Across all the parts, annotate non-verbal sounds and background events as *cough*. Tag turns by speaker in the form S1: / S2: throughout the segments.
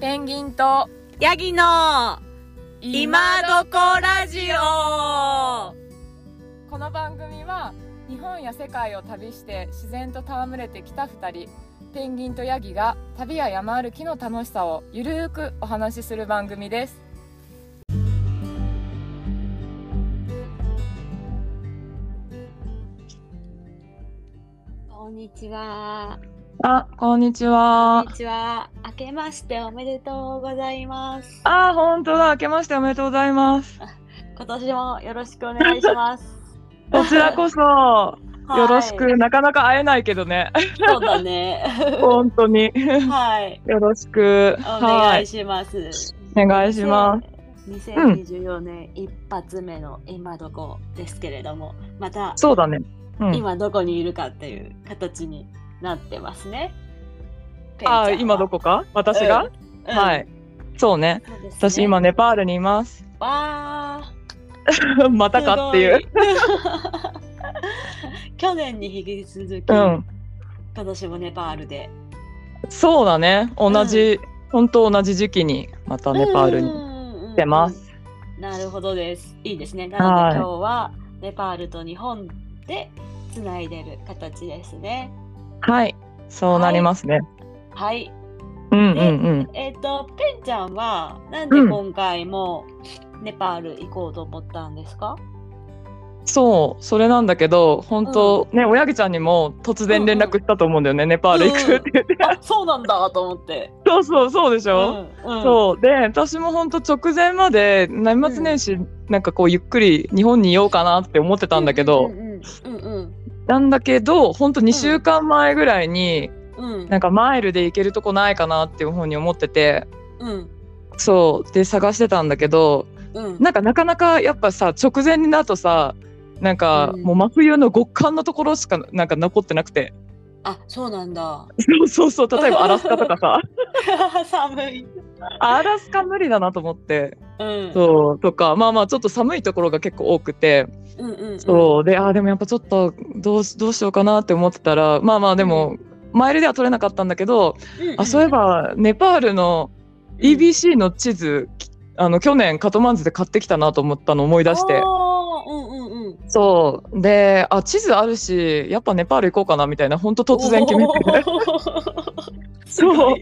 S1: ペンギンと
S2: ヤギの今
S1: ど
S2: どこラジオ
S1: この番組は日本や世界を旅して自然と戯れてきた2人ペンギンとヤギが旅や山歩きの楽しさをゆるーくお話しする番組です
S3: こんにちは。
S1: あこんにち
S3: こ
S1: は
S3: んにちは。明けましておめでとうございます。
S1: あ本当だ明けましておめでとうございます
S3: 今年もよろしくお願いします。
S1: *laughs* こちらこそ
S3: はい
S1: よろしく、。なかなか会えないけど
S3: *laughs*
S1: ね
S3: そうだね。
S1: *laughs* 本当に
S3: はい。
S1: よろしく
S3: お願
S1: はい
S3: します。。
S1: お願いします
S3: 2024年一発目の今どこですけれども、また
S1: そうだね、うん、
S3: 今どこにいるかっていう形になってますね。
S1: あ今ど
S3: こ、
S1: こか私が、
S3: うん
S1: はい。そうね。
S3: そうですね
S1: 私今。ネパールにい
S3: *laughs*
S1: ます。
S3: わー。
S1: またかっていう。
S3: すごい。 *laughs* 去年に引き続き、
S1: うん。
S3: 今年もネパールで。
S1: そうだね。同じ、本当同じ時期にまたネパールに。
S3: に
S1: てます。
S3: なるほどです。いいですね。なの
S1: はい
S3: で今日はネパールと日本でつないでる形ですね。
S1: はい。そうなりますね。
S3: はい。
S1: うんうんうん。
S3: えっ、と、ペンちゃんはなんで今回もネパール行こうと思ったんですか、
S1: そう、それなんだけど、本当、ね、おやぎちゃんにも突然連絡したと思うんだよね。ネパール行くって言って。
S3: あ、そうなんだと思って。
S1: *laughs* そうそう、そうでし
S3: う
S1: ょ、
S3: ん、う
S1: そうで私も本当直前まで年末年始、なんかこうゆっくり日本にいようかなって思ってたんだけど、
S3: うんうんうんうん
S1: なんだけど本当2週間前ぐらいに、
S3: うんうん
S1: なんかマイルで行けるとこないかなっていうふうに思ってて
S3: うん
S1: そうで探してたんだけど
S3: うん
S1: なんかなかなかやっぱさ直前になるとさなんか
S3: うん
S1: もう真冬の極寒のところしかなんか残ってなくて
S3: あ、そうなんだ。
S1: そうそうそう例えばアラスカとかさ
S3: *laughs* 寒い。
S1: アラスカ無理だなと思って
S3: うん。
S1: そうとかまあまあちょっと寒いところが結構多くて
S3: うんうんうん。
S1: そうであーでもやっぱちょっとどうしどうしようかなって思ってたらまあまあでもマイルでは取れなかったんだけど
S3: うんうん
S1: あそういえばネパールの EBC の地図、きあの去年カトマンズで買ってきたなと思ったの思い出して
S3: あーうんうんうん。
S1: そうであ地図あるしやっぱネパール行こうかなみたいなほんと突然決め *laughs*
S3: *laughs*
S1: てそう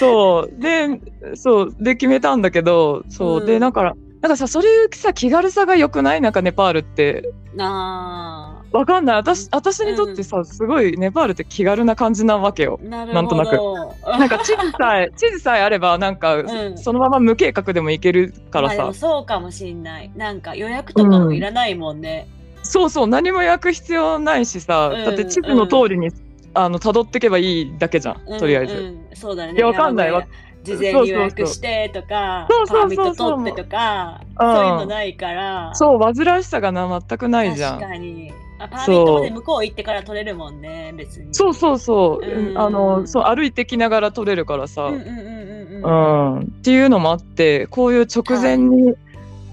S1: そうでそうで決めたんだけどそう、
S3: うん
S1: でなんかなんかさそういうさ気軽さが良くないなんかネパールって
S3: う。な
S1: わかんない私私にとってさ、すごいネパールって気軽な感じなわけよ
S3: あ。。なるほど。
S1: なんとなくなんか地図さえ地図さえあればなんか、
S3: うん
S1: そのまま無計画でも行けるから
S3: まあで
S1: さ
S3: もそうかもしんない。なんか予約とかもいらないもんね。
S1: そうそう何も焼く必要ないしさ、
S3: うん
S1: だって地図の通りに、あの辿ってけばいいだけじゃん、
S3: うん
S1: とりあえず、
S3: うんそうだね。
S1: いやわかんないわ
S3: 事前に予約してとか、
S1: そうそうそう
S3: パーミット取ってとか、
S1: うん
S3: そういうのないから。
S1: そう煩わしさがな全くないじゃ
S3: 確
S1: ん
S3: かに。あパーミ
S1: そう
S3: ットまで向こう行ってから取れるもんね、別に。
S1: そうそうそう、
S3: うん
S1: あのそう歩いてきながら撮れるからさ、
S3: うん
S1: う
S3: うん
S1: ん
S3: うんうんうん。
S1: っていうのもあってこういう直前に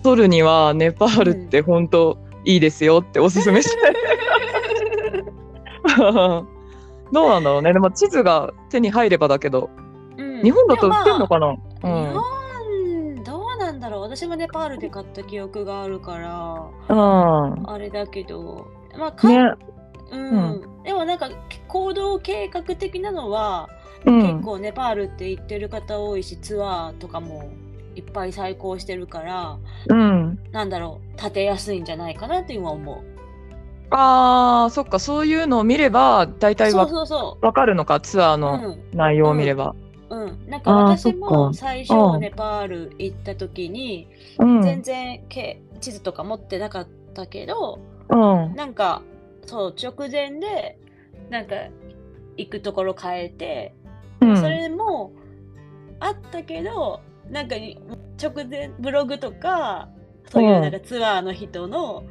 S1: 撮るにはネパールって本当いいですよっておすすめ
S3: *laughs*
S1: したい、どうなんだろうねでも地図が手に入ればだけど
S3: うん
S1: 日本だと売ってんの
S3: でも
S1: かな、
S3: まあ日本どうなんだろう私もネパールで買った記憶があるから
S1: うんうん
S3: あれだけどまあか、
S1: ね
S3: うんでもなんか行動計画的なのは、
S1: うん
S3: 結構ネパールって行ってる方多いしツアーとかもいっぱい再興してるから
S1: うん
S3: なんだろう立てやすいんじゃないかなって今思う
S1: あーそっかそういうのを見れば大体
S3: そう
S1: わ
S3: そうそ
S1: わかるのかツアー
S3: うう
S1: の
S3: ん
S1: 内容を見れば。
S3: うん、なんか
S1: あー
S3: 私
S1: そっ
S3: も
S1: か
S3: 最
S1: う
S3: 初
S1: ん
S3: ネパール行った時に
S1: うんうん
S3: 全然け地図とか持ってなかったけど
S1: うん
S3: なんかそう直前でなんか行くところ変えて、それもあったけどなんかに直前ブログとかそういううんなんかツアーの人の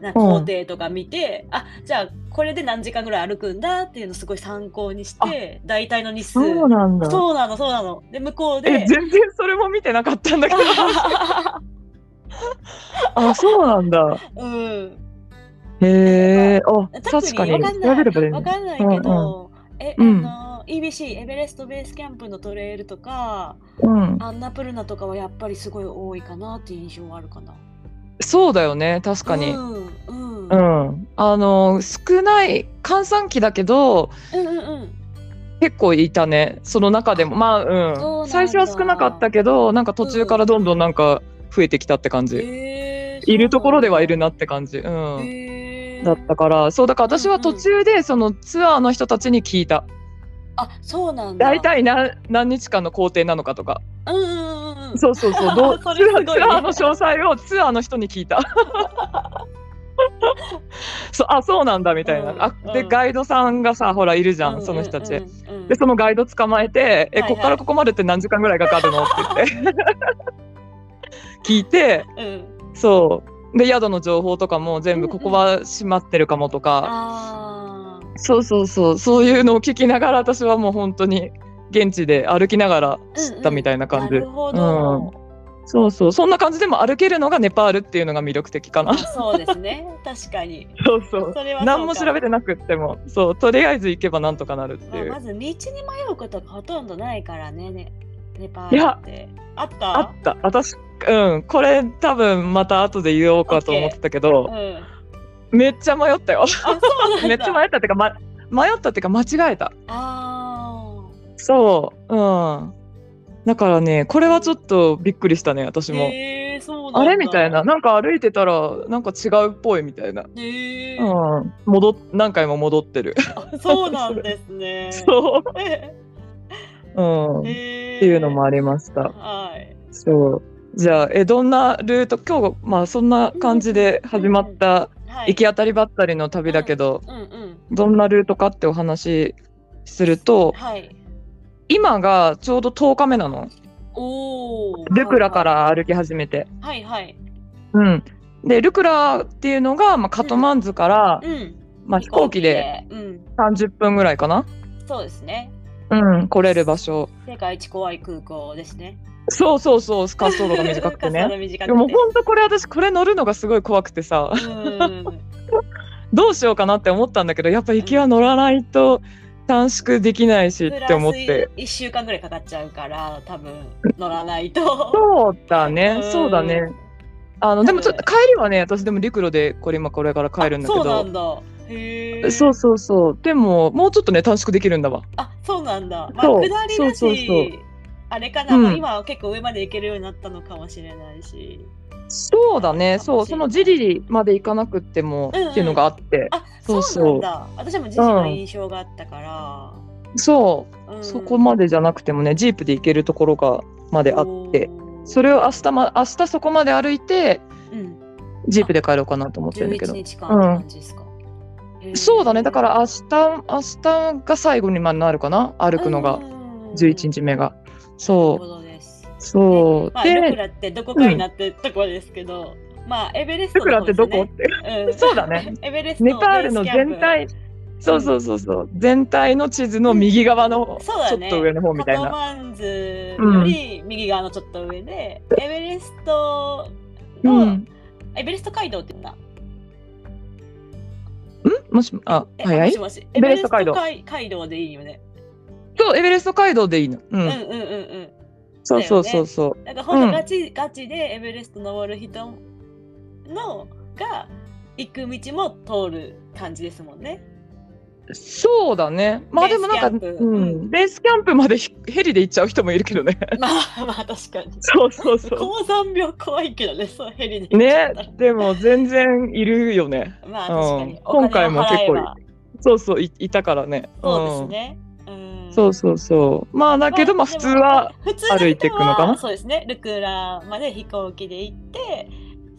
S3: なんか
S1: うん
S3: 工程とか見て、あじゃあこれで何時間ぐらい歩くんだっていうのすごい参考にして大体の日数
S1: そうなんだ
S3: そうなのそうなので向こう
S1: え
S3: で
S1: 全然それも見てなかったんだけど *laughs* あそうなんだ
S3: *laughs* うん
S1: へえあ
S3: 特に
S1: 確かに
S3: わかんな
S1: 調
S3: い
S1: べればいい
S3: わ
S1: ね
S3: かんないけど、え、
S1: うん
S3: あの EBC エベレストベースキャンプのトレイルとか
S1: うん、
S3: アンナプルナとかはやっぱりすごい多いかなっていう印象はあるかな。
S1: そうだよね確かに、
S3: う
S1: うん
S3: んうんうん
S1: あの少ない閑散期だけど
S3: うんうん。
S1: 結構いたねその中でもまあ
S3: そう
S1: う
S3: なん
S1: ん
S3: だ
S1: 最初は少なかったけどなんか途中からどんどんなんか増えてきたって感じ、
S3: へー
S1: いるところではいる。なって感じ、うん
S3: へー
S1: だったからそうだから私は途中でそのツアーの人たちに聞いた
S3: あそうなんだ。
S1: 大。体な何日間の行程なのかとか
S3: うんうんうんうん。
S1: そうそうそうどう
S3: *laughs* それすごいね
S1: ツアーの詳細をツアーの人に聞い
S3: *laughs*
S1: たそうあそうなんだみたいな、
S3: うん
S1: あで
S3: うん
S1: ガイドさんがさほらいるじゃん、
S3: うんうんうんうん
S1: その人たち、でそのガイド捕まえて「え
S3: はいはい
S1: こっからここまでって何時間ぐらいかかるの?」って言って聞いて
S3: うん。
S1: そうで宿の情報とかも全部ここは閉まってるかもとか、
S3: ああ。
S1: そうそうそうそういうのを聞きながら私はもう本当に現地で歩きながら知ったみたいな感じ、
S3: なるほど。
S1: そうそうそんな感じでも歩けるのがネパールっていうのが魅力的かな
S3: あそうですね。確かに。
S1: そうそ
S3: それはそうか
S1: 何も調べてなくってもそうとりあえず行けばなんとかなるって
S3: ま
S1: いう、
S3: あまず道に迷うことがほとんどないからね。ねネパールって。あった
S1: あった私うんこれ多分また後で言おうかと思ってたけ
S3: う
S1: ど
S3: ん。
S1: めっちゃ迷ったよ
S3: あそうなんだ。
S1: めっちゃ迷ったっていうか、ま、迷ったっていうか間違えた
S3: あ
S1: そううんだからねこれはちょっとびっくりしたね私
S3: あ。
S1: も。
S3: へえそうなんだ。
S1: あれみたいな。なんか歩いてたらなんか違うっぽいみたいな、
S3: へえ。
S1: うん、戻っ何回も戻ってる
S3: あそうなんです
S1: *laughs*
S3: ね。
S1: そう、
S3: へ
S1: うん、っ
S3: え。って
S1: いうのもありました
S3: はい。
S1: そうじゃあえどんなルート今日まあそんな感じで始まった
S3: はい。
S1: 行き当たりばったりの旅だけど、
S3: うんうん。
S1: どんなルートかってお話しすると
S3: はい。
S1: 今がちょうど10日目なの
S3: おお。
S1: ルクラか。ら歩き始めて
S3: はいはい。
S1: うんでルクラっていうのが、まあ、カトマンズから、
S3: うん。
S1: まあ、飛行機で
S3: 飛行機で。うん。
S1: 30分ぐらいかな
S3: そうですね。
S1: うん、来れる場所。
S3: 世界一怖い空港ですね。
S1: そうそうそう、滑走路が短くて
S3: 滑 *laughs* 走
S1: ね。
S3: 路短
S1: で
S3: くて。
S1: も本当これ私これ乗るのがすごい怖くてさ
S3: うん。
S1: どうしようかなって思ったんだけどやっぱ行きは乗らないと短縮できないしって思って
S3: プラス一週間ぐらいかかっちゃうから、多分乗らないと。
S1: そうだね
S3: うん
S1: そうだねあのでもちょっと帰りはね私でも陸路でこれ今これから帰るんだけ
S3: そうな
S1: ど
S3: んだ。へえ。
S1: そうそうそうでももうちょっとね短縮できるんだわ
S3: あ、そうなんだ。まあ、
S1: そう
S3: 下りだし。
S1: そうそうそう
S3: あれかな、
S1: うん
S3: まあ今は結構上まで行けるようになったのかもしれないし。
S1: そうだね
S3: 楽しい
S1: そうそのジリリまで行かなくっても
S3: うんうん
S1: っていうのがあって
S3: あ、
S1: そ
S3: そうう
S1: そう
S3: なんだ。私も自身の印象があったから。
S1: そう
S3: うん
S1: そこまでじゃなくてもねジープで行けるところがまであって。それを明日,、ま、明日そこまで歩いて
S3: おーうん、
S1: ジープで帰ろうかなと思ってるんだけ
S3: 11
S1: ど
S3: 日間って感じですか。へー
S1: そうだねだから明日明日が最後になるかな歩くのが11
S3: 日。
S1: 日目が
S3: なる
S1: そ
S3: ほ
S1: う
S3: どです。
S1: そう
S3: まあ、ルク
S1: で
S3: ラってどこかになってとこですけど、まあエベレスト
S1: ルクラってどこっ
S3: で
S1: て
S3: すねん
S1: そうだね
S3: *laughs* エベレスト
S1: ネパールの全体そうそうそうそう全体の地図の右側のち
S3: そうだ
S1: ょ
S3: ね
S1: っと上の方みたい
S3: カト
S1: な
S3: マンズより右側のちょっと上で、エベレストの、
S1: うん
S3: エベレスト街道って言うんだ。
S1: もしもあ
S3: え
S1: 早
S3: も
S1: い
S3: しもし
S1: エベレスト街道
S3: エベレスト街道でいいよね。
S1: そうエベレスト街道でいいのう
S3: うん
S1: ん
S3: うんうんうん。
S1: そうそうそうそう
S3: なんか本当ガチ、ガチでエベレスト登る人のが行く道も通る感じですもんね。
S1: *laughs* そうだね。まあでもなんか、
S3: ベースキャンプ
S1: うん、ベースキャンプまで *laughs* ひヘリで行っちゃう人もいるけど
S3: *laughs*
S1: ね。
S3: まあまあ確かに。
S1: そうそうそ
S3: 高山病怖いけどね、そうヘリで
S1: う。
S3: 行っちゃ
S1: ね
S3: ったら。、
S1: でも全然いるよね。
S3: まあ
S1: うん
S3: 確かに。
S1: 今回も結構
S3: お金を払えば
S1: そうそうい、いたからね。
S3: そうですね。うん
S1: うん。そうそうそう。まあだけど、まあ普通は、
S3: 普通の人は
S1: 歩いていくのかな
S3: そうですねルクラまで飛行機で行って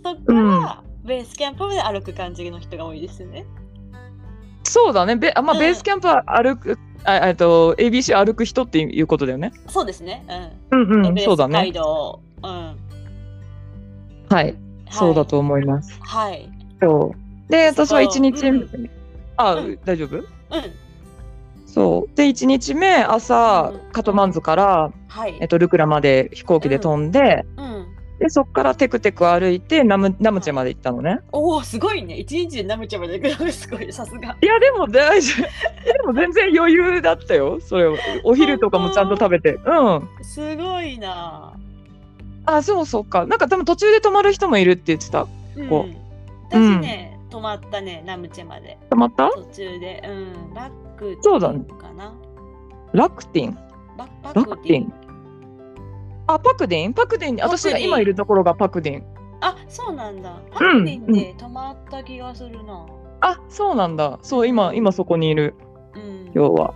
S3: そこからベースキャンプまで歩く感じの人が多いですよね、
S1: そうだね。べあまあ
S3: うん
S1: ベースキャンプは歩く、あえっと、ABC 歩く人っていうことだよね。
S3: そうですねう
S1: うん
S3: ん、
S1: うん、
S3: エベレス
S1: そうだ
S3: ト街
S1: ね。
S3: 道うんは
S1: はい、
S3: い
S1: そうだと思います。
S3: はい
S1: そう。で、私は1日目、
S3: う
S1: あ、
S3: うん
S1: 大丈夫
S3: うん
S1: そう。で、1日目、朝
S3: う、ん
S1: カトマンズから、
S3: はい
S1: えっと、ルクラまで飛行機で飛んで、
S3: うん
S1: でそっからテクテク歩いてナムナムチェまで行ったのね
S3: おおすごいね一日でナムちゃんまで行くのすごいさすが
S1: いやでも大丈
S3: *laughs*
S1: 夫でも全然余裕だったよそれはお昼とかもちゃんと食べてうん
S3: すごいな
S1: あそうそうかなんか多分途中で泊まる人もいるって言ってたこ
S3: うん、私ね、泊まったねナムチェまで
S1: 泊まった
S3: 途中でうんバック
S1: そうだね
S3: かな
S1: ラクティン
S3: ババ
S1: ラ
S3: ッ
S1: ク
S3: ク
S1: テ
S3: テ
S1: ィ
S3: ィン
S1: ンあパクディンパクディン
S3: パクディ
S1: 私
S3: ン
S1: が今いるところがパクディン
S3: あそうなんだバックティンで泊まった気がするな
S1: あそうなんだそう今今そこにいる
S3: うん
S1: 要は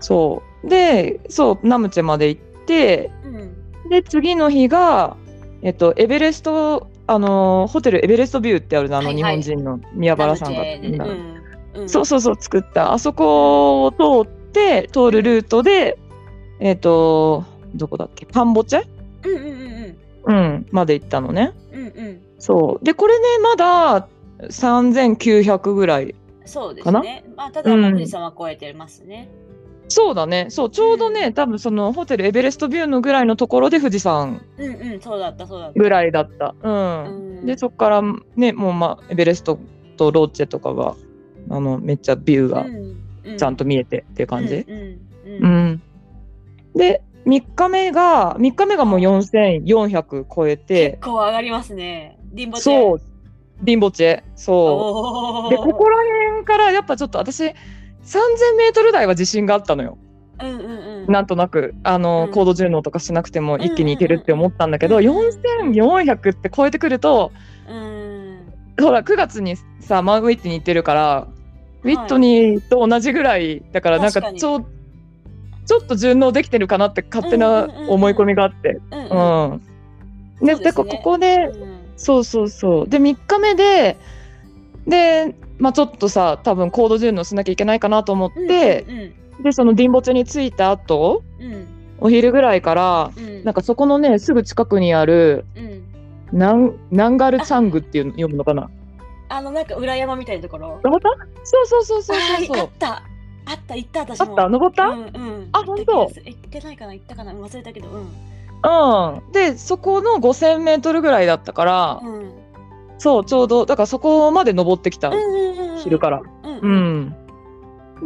S1: そうでそうナムチェまで行って
S3: うん
S1: で次の日が、えっと、エベレストあのーホテルエベレストビューってあるのあの
S3: はい
S1: 日
S3: はい
S1: 本人の宮原さんが、
S3: ナムチェでうんうん
S1: そうそうそう作ったあそこを通って通るルートでえっとどこだっけパンボチェ、
S3: うんうんうん
S1: うん、まで行ったのね
S3: うんうんうん
S1: そうでこれねまだ3900ぐらい
S3: そうで
S1: か
S3: す
S1: な
S3: ねまあただ
S1: うん
S3: 富士山は超えてますね
S1: そうだねそうちょうどね、多分そのホテルエベレストビューのぐらいのところで富士山
S3: うんうんそうだったそうだった
S1: ぐらいだった、うん
S3: うん
S1: でそこからねもう、まあ、エベレストとローチェとかがあのめっちゃビューが
S3: うん
S1: ちゃんと見えてっていう感じ、
S3: うんうん
S1: うんで3日目が3日目がもう4400超え
S3: 結
S1: て
S3: 構上がりますねリンボチェ
S1: そうリンボチェそ
S3: お
S1: う
S3: ー
S1: でここら辺からやっぱちょっと私 3000m 台は自信があったのよ
S3: うんうんうん
S1: なんとなくあの、
S3: うん
S1: 高度順応とかしなくても一気にいけるって思ったんだけど、
S3: うんうんうん
S1: 4400って超えてくると
S3: うん
S1: ほら9月にさマンウィットに行ってるから、
S3: い
S1: ウィットニーと同じぐらいだからなんか
S3: 確かに
S1: ちょちょっと順応できてるかなって勝手な
S3: うんうんうんうん
S1: 思い込みがあって。
S3: うんうん
S1: うん
S3: そうで
S1: です
S3: ね
S1: だからここで
S3: うん
S1: そうそうそうで3日目でで、まあ、ちょっとさ多分高度順応しなきゃいけないかなと思って、
S3: うん
S1: でそのディンボチェに着いた後
S3: うんうん
S1: お昼ぐらいから
S3: うん
S1: なんかそこのねすぐ近くにある
S3: うん
S1: ナンナンガルチャングっていうの読むのかな
S3: あのなんか裏山みたいなところ
S1: 登ったそうそうそうそう
S3: あ
S1: そう
S3: ー
S1: そう
S3: あったあった行った私
S1: あ
S3: も
S1: った登った、
S3: うんうん
S1: あ本当
S3: 行った気がする行ってないかな行ったかなうん忘れたけどうん
S1: うん、でそこの 5,000m ぐらいだったから、
S3: うんうん
S1: そうちょうどだからそこまで登ってきた、
S3: うんうん
S1: 昼から。
S3: うん
S1: う
S3: うん
S1: ん、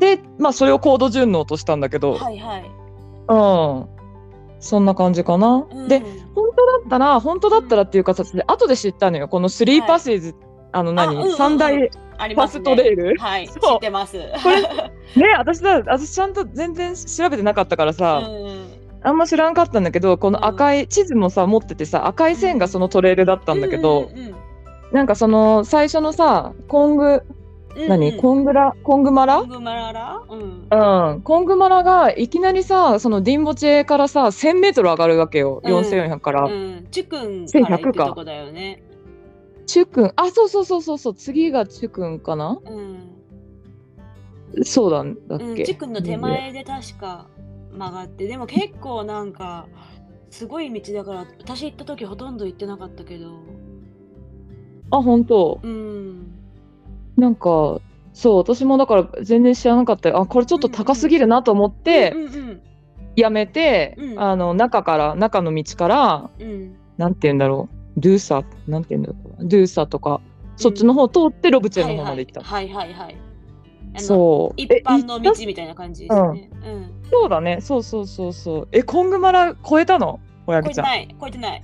S1: でまあそれを高度順応としたんだけど、
S3: はいはい
S1: うん、そんな感じかな。
S3: うん
S1: で本当だったら本当だったらっていう形で後で知ったのよこのスリーパスイズ、あの何、
S3: あうんうんうん
S1: 三大
S3: あり
S1: ファ
S3: ます
S1: ス
S3: ね
S1: トレール、
S3: はい知
S1: そう
S3: ってます
S1: これね私だ私ちゃんと全然調べてなかったから
S3: う
S1: さ、
S3: ん
S1: あんま知らんかったんだけどこの赤い、地図もさ持っててさ赤い線がそのトレールだったんだけど、
S3: うんうん
S1: なんかその最初のさコング
S3: うん
S1: 何、コングラコングマラ
S3: コングマララうん
S1: うん、コングマラがいきなりさそのディンボチェからさ1 0 0 0ル上がるわけよ
S3: うん
S1: 4400から、
S3: うんチュクンから行くとこだよね
S1: チュクンあそうそうそうそうそう次がチュクンかな
S3: うん
S1: そうなんだっけ、
S3: うん、チクンの手前で確か曲がってでも結構なんかすごい道だから私行った時ほとんど行ってなかったけど
S1: あ本当
S3: うん
S1: なんかそう私もだから全然知らなかったよあこれちょっと高すぎるなと思って
S3: うんうん
S1: やめて、
S3: うん
S1: あの中から中の道から
S3: うん
S1: なんて言うんだろうドゥーサなんて言うんだろうドゥーサとかそっちの方通ってロブチェの方まで行った、
S3: はいはいはいはいあの
S1: そう
S3: 一般の
S1: え
S3: 道
S1: 行っ
S3: みたいな感じですよねうん、
S1: たそうだねそうそうそうそうえコングマラ超えたの親
S3: 超え
S1: 木ち
S3: て
S1: ゃん
S3: ない超えてない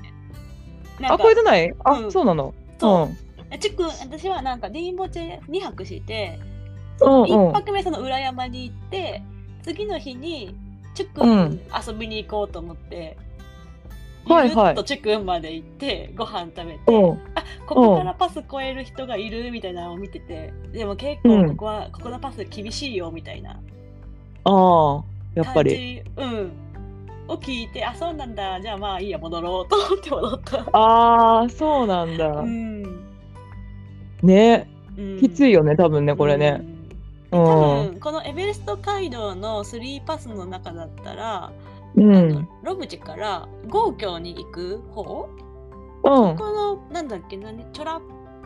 S3: なん
S1: あ
S3: か
S1: 超えてないあ、
S3: うん
S1: そうなの、
S3: そう
S1: ん、
S3: チクン私はなんかディーンボチェ2泊して
S1: うんうん
S3: 一泊目その裏山に行って次の日にチュクン遊びに行こうと思って、
S1: はいはい
S3: ゆるっとチュクンまで行ってご飯食べて、
S1: うん
S3: ここからパス超える人がいるみたいなのを見ててでも結構ここは、ここのパス厳しいよみたいな
S1: ああやっぱり
S3: りうんを聞いてあそうなんだじゃあまあいいや戻ろうと思って戻った。
S1: ああそうなんだ、
S3: うん
S1: ね
S3: うん
S1: きついよね多分ねこれ
S3: う
S1: ね
S3: ん
S1: う
S3: 多
S1: ん
S3: 分このエベレスト街道の3パスの中だった
S1: う
S3: ら、
S1: んう
S3: あ
S1: ん
S3: のロブジから豪京に行く方、このなんだっけ何チョラ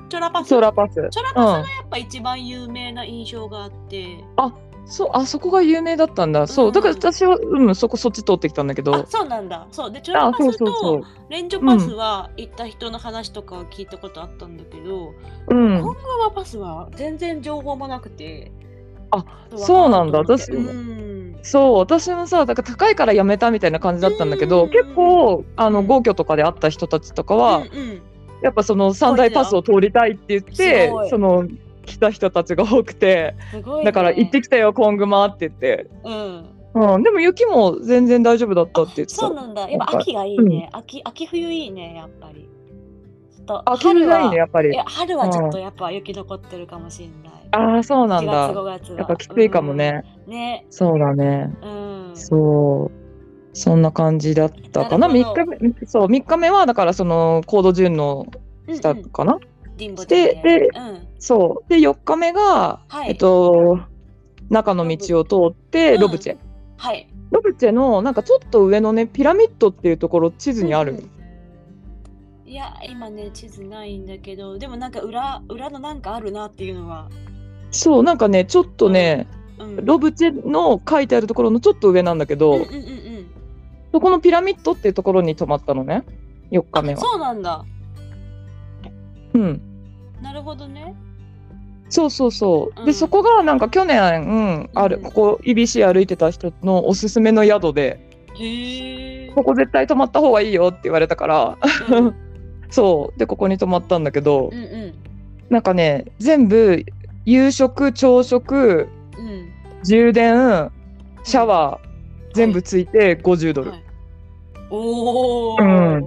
S3: チョラパス
S1: ソーラーパス
S3: チョラパスがやっぱ一番有名な印象があって、
S1: うん、そう、あそこが有名だったんだ。そう、だから私は、うん、そこそっち通ってきたんだけ
S3: あ
S1: ど。
S3: そうなんだそうでチョロ
S1: あ、
S3: パ
S1: そう
S3: ス
S1: そうそ
S3: とレンジョパスは行った人の話とかは聞いたことあったんだけど、
S1: う。うん
S3: 今。後はパスは全然情報もなくて
S1: あ
S3: そ
S1: そうう
S3: な
S1: なんん
S3: だ
S1: だ
S3: 私
S1: 私
S3: も
S1: も
S3: うん
S1: そう、私もさ、だから高いからやめたみたいな感じだったんだけ
S3: う
S1: ど、
S3: ん
S1: 結構、あ
S3: う
S1: の、
S3: ん
S1: 豪居とかで会った人たちとか
S3: う
S1: は、
S3: ん
S1: やっぱその三大パスを通りたいって言っ
S3: す
S1: て
S3: ごい、
S1: その、来た人たちが多くて、
S3: すごいね
S1: だから行ってきたよ、コングマって言って。
S3: うん
S1: うん、でも雪も全然大丈夫だったって言ってた。
S3: そうなんだやっぱ秋がいいね秋秋冬いいねやっぱりちょっと
S1: あ、冬がいい
S3: は
S1: ね、やっぱ
S3: い
S1: り
S3: や。春はちょっとやっぱ雪残ってるかもしれない、
S1: ああ、そうなん
S3: 4月
S1: だ。
S3: 5月は
S1: やっぱきついかもね。
S3: うんね
S1: そうだね。
S3: うん
S1: そう。そんな感じだったかな。
S3: なるほど
S1: 3日目、そう、3日目は、だからその、高度順の下
S3: うんうん
S1: かな。
S3: リンボ
S1: して
S3: で
S1: で
S3: うん
S1: そう。で、4日目が、
S3: はい
S1: えっと、中の道を通って、
S3: うん
S1: ロブチェ。
S3: はい
S1: ロブチェの、なんかちょっと上のね、ピラミッドっていうところ、地図にある。
S3: うんうんいや今ね地図ないんだけどでもなんか裏裏のなんかあるなっていうのは、
S1: そう、なんかね、ちょっとね、
S3: うん、
S1: ロブチェの書いてあるところのちょっと上なんだけど、
S3: うんうんうんうん
S1: そこのピラミッドっていうところに泊まったのね。4日目
S3: あ
S1: は。
S3: そうなんだ
S1: うん。
S3: なるほどね
S1: そうそうそう。
S3: うん
S1: で、そこがなんか去年、うん、ある、
S3: うん
S1: ここ、EBC 歩いてた人のおすすめの宿で、
S3: へえ
S1: *laughs* ここ絶対泊まった方がいいよって言われたから、 *laughs*
S3: うん
S1: そう。で、ここに泊まったんだけど、
S3: うんうん
S1: なんかね、全部、夕食、朝食、
S3: うん
S1: 充電、シャワー、全部ついて50ドル、
S3: はいおお、
S1: うん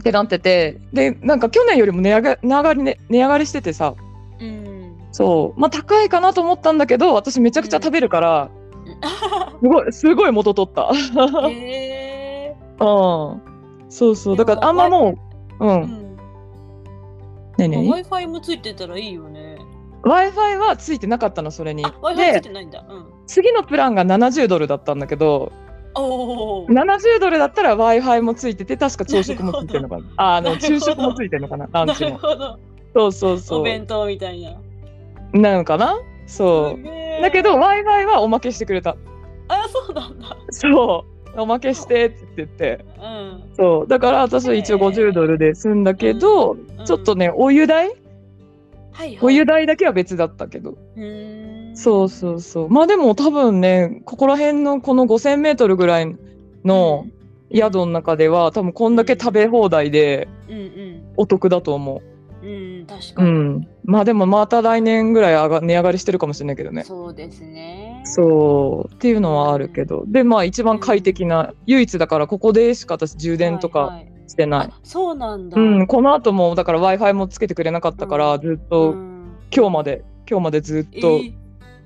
S1: ってなってて、で、なんか去年よりも値上が値上がり、ね、値上がりしててさ、
S3: うん、
S1: そう。まあ、高いかなと思ったんだけど、私めちゃくちゃ食べるから、すごい、すごい元取
S3: *laughs*
S1: った。
S3: へえ、
S1: うん。そうそう。だから、
S3: で
S1: あ
S3: も
S1: んまもう、う。
S3: うんん、
S1: ねえねえ。
S3: Wi-Fi もついてたらいいよね。
S1: Wi-Fi はついてなかったの、それに
S3: あ、。Wi-Fi つい
S1: で
S3: て、ないんだ。うん。
S1: 次のプランが70ドルだったんだけど、
S3: おお、
S1: 70ドルだったら Wi-Fi もついてて、確か朝食もついてるの
S3: *laughs*
S1: かな。ああの、昼食もついてるのかな、ラ
S3: な
S1: ンチ
S3: る
S1: も。
S3: ほど。
S1: そうそう
S3: お
S1: そ
S3: 弁当みたいな。
S1: う。なのかなそ
S3: す
S1: う。
S3: げえ
S1: だけど、Wi-Fi はおまけしてくれた。
S3: あ、そうなんだ。
S1: そう。おまけしてって言って。
S3: うん。
S1: そう。だから私は一応50ドルで済んだけど、
S3: うん
S1: ちょっと、ね、お湯代
S3: はいはい、
S1: お湯代だけは別だったけど。
S3: うーん。
S1: そうそうそう。まあでも多分ね、ここら辺のこの5000メートルぐらいの
S3: うん
S1: 宿の中では、多分こんだけ食べ放題で
S3: うんうん
S1: お得だと思
S3: うんうん確
S1: う。
S3: か
S1: う
S3: に、
S1: ん。まあでもまた来年ぐらい上が値上がりしてるかもしれないけどね。
S3: そうですね
S1: そうっていうのはあるけど。で、まあ一番快適な、唯一だからここでしか私充電と
S3: は
S1: か
S3: いはい
S1: してない。
S3: あそうなんだ
S1: うん、この後もだから Wi-Fi もつけてくれなかったから、
S3: うん
S1: ずっ
S3: う
S1: と
S3: ん
S1: 今日まで、今日までずっと
S3: いい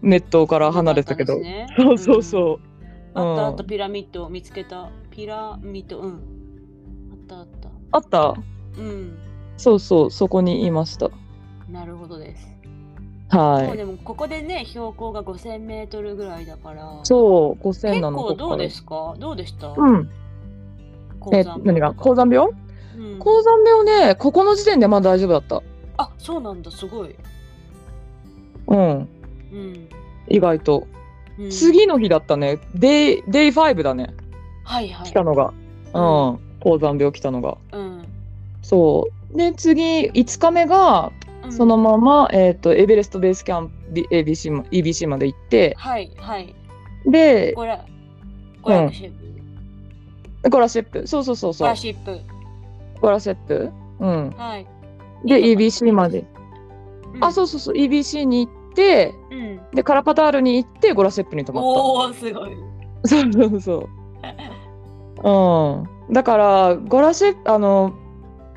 S1: ネットから離れてたけど、
S3: よかったですね
S1: そうそうそう。
S3: うんあったあった
S1: うん
S3: ピラミッドを見つけたピラミッドうんあったあった
S1: あった
S3: うん
S1: そうそう、そこにいました。
S3: なるほどです、
S1: は
S3: もう
S1: い。
S3: でもここでね標高が5000メートルぐらいだから
S1: そう、五千
S3: 結
S1: なの。。
S3: 構どうですすかどうでした、
S1: うん。
S3: 高
S1: え、
S3: 山
S1: 何が高山病？
S3: うん
S1: 高山病ね、ここの時点でまだ大丈夫だった。
S3: あそうなんだすごい、
S1: うん。
S3: うん
S1: 意外と。
S3: うん、
S1: 次の日だったね。デイデイファイブだね。
S3: はいはい
S1: 来たのが。
S3: うん
S1: うん。高山病来たのが。
S3: うん
S1: そう。で次5日目が
S3: うん
S1: そのまま、えっ、とエベレストベースキャンプ B- ABC ま EBC まで行って
S3: はいはい
S1: で
S3: ゴラゴラシップ、
S1: ゴラシップそうそうそう
S3: ゴ
S1: そう
S3: ラシップ
S1: ゴラシップうん
S3: はい、
S1: で
S3: いいとこ
S1: EBC まで
S3: うん
S1: あ、そうそうそう、EBC に行って、
S3: うん、
S1: で、カラパタールに行って、ゴラセップに泊まっ
S3: おおすごい
S1: た。そうそうそう。うん。だから、ゴラセップ、あの、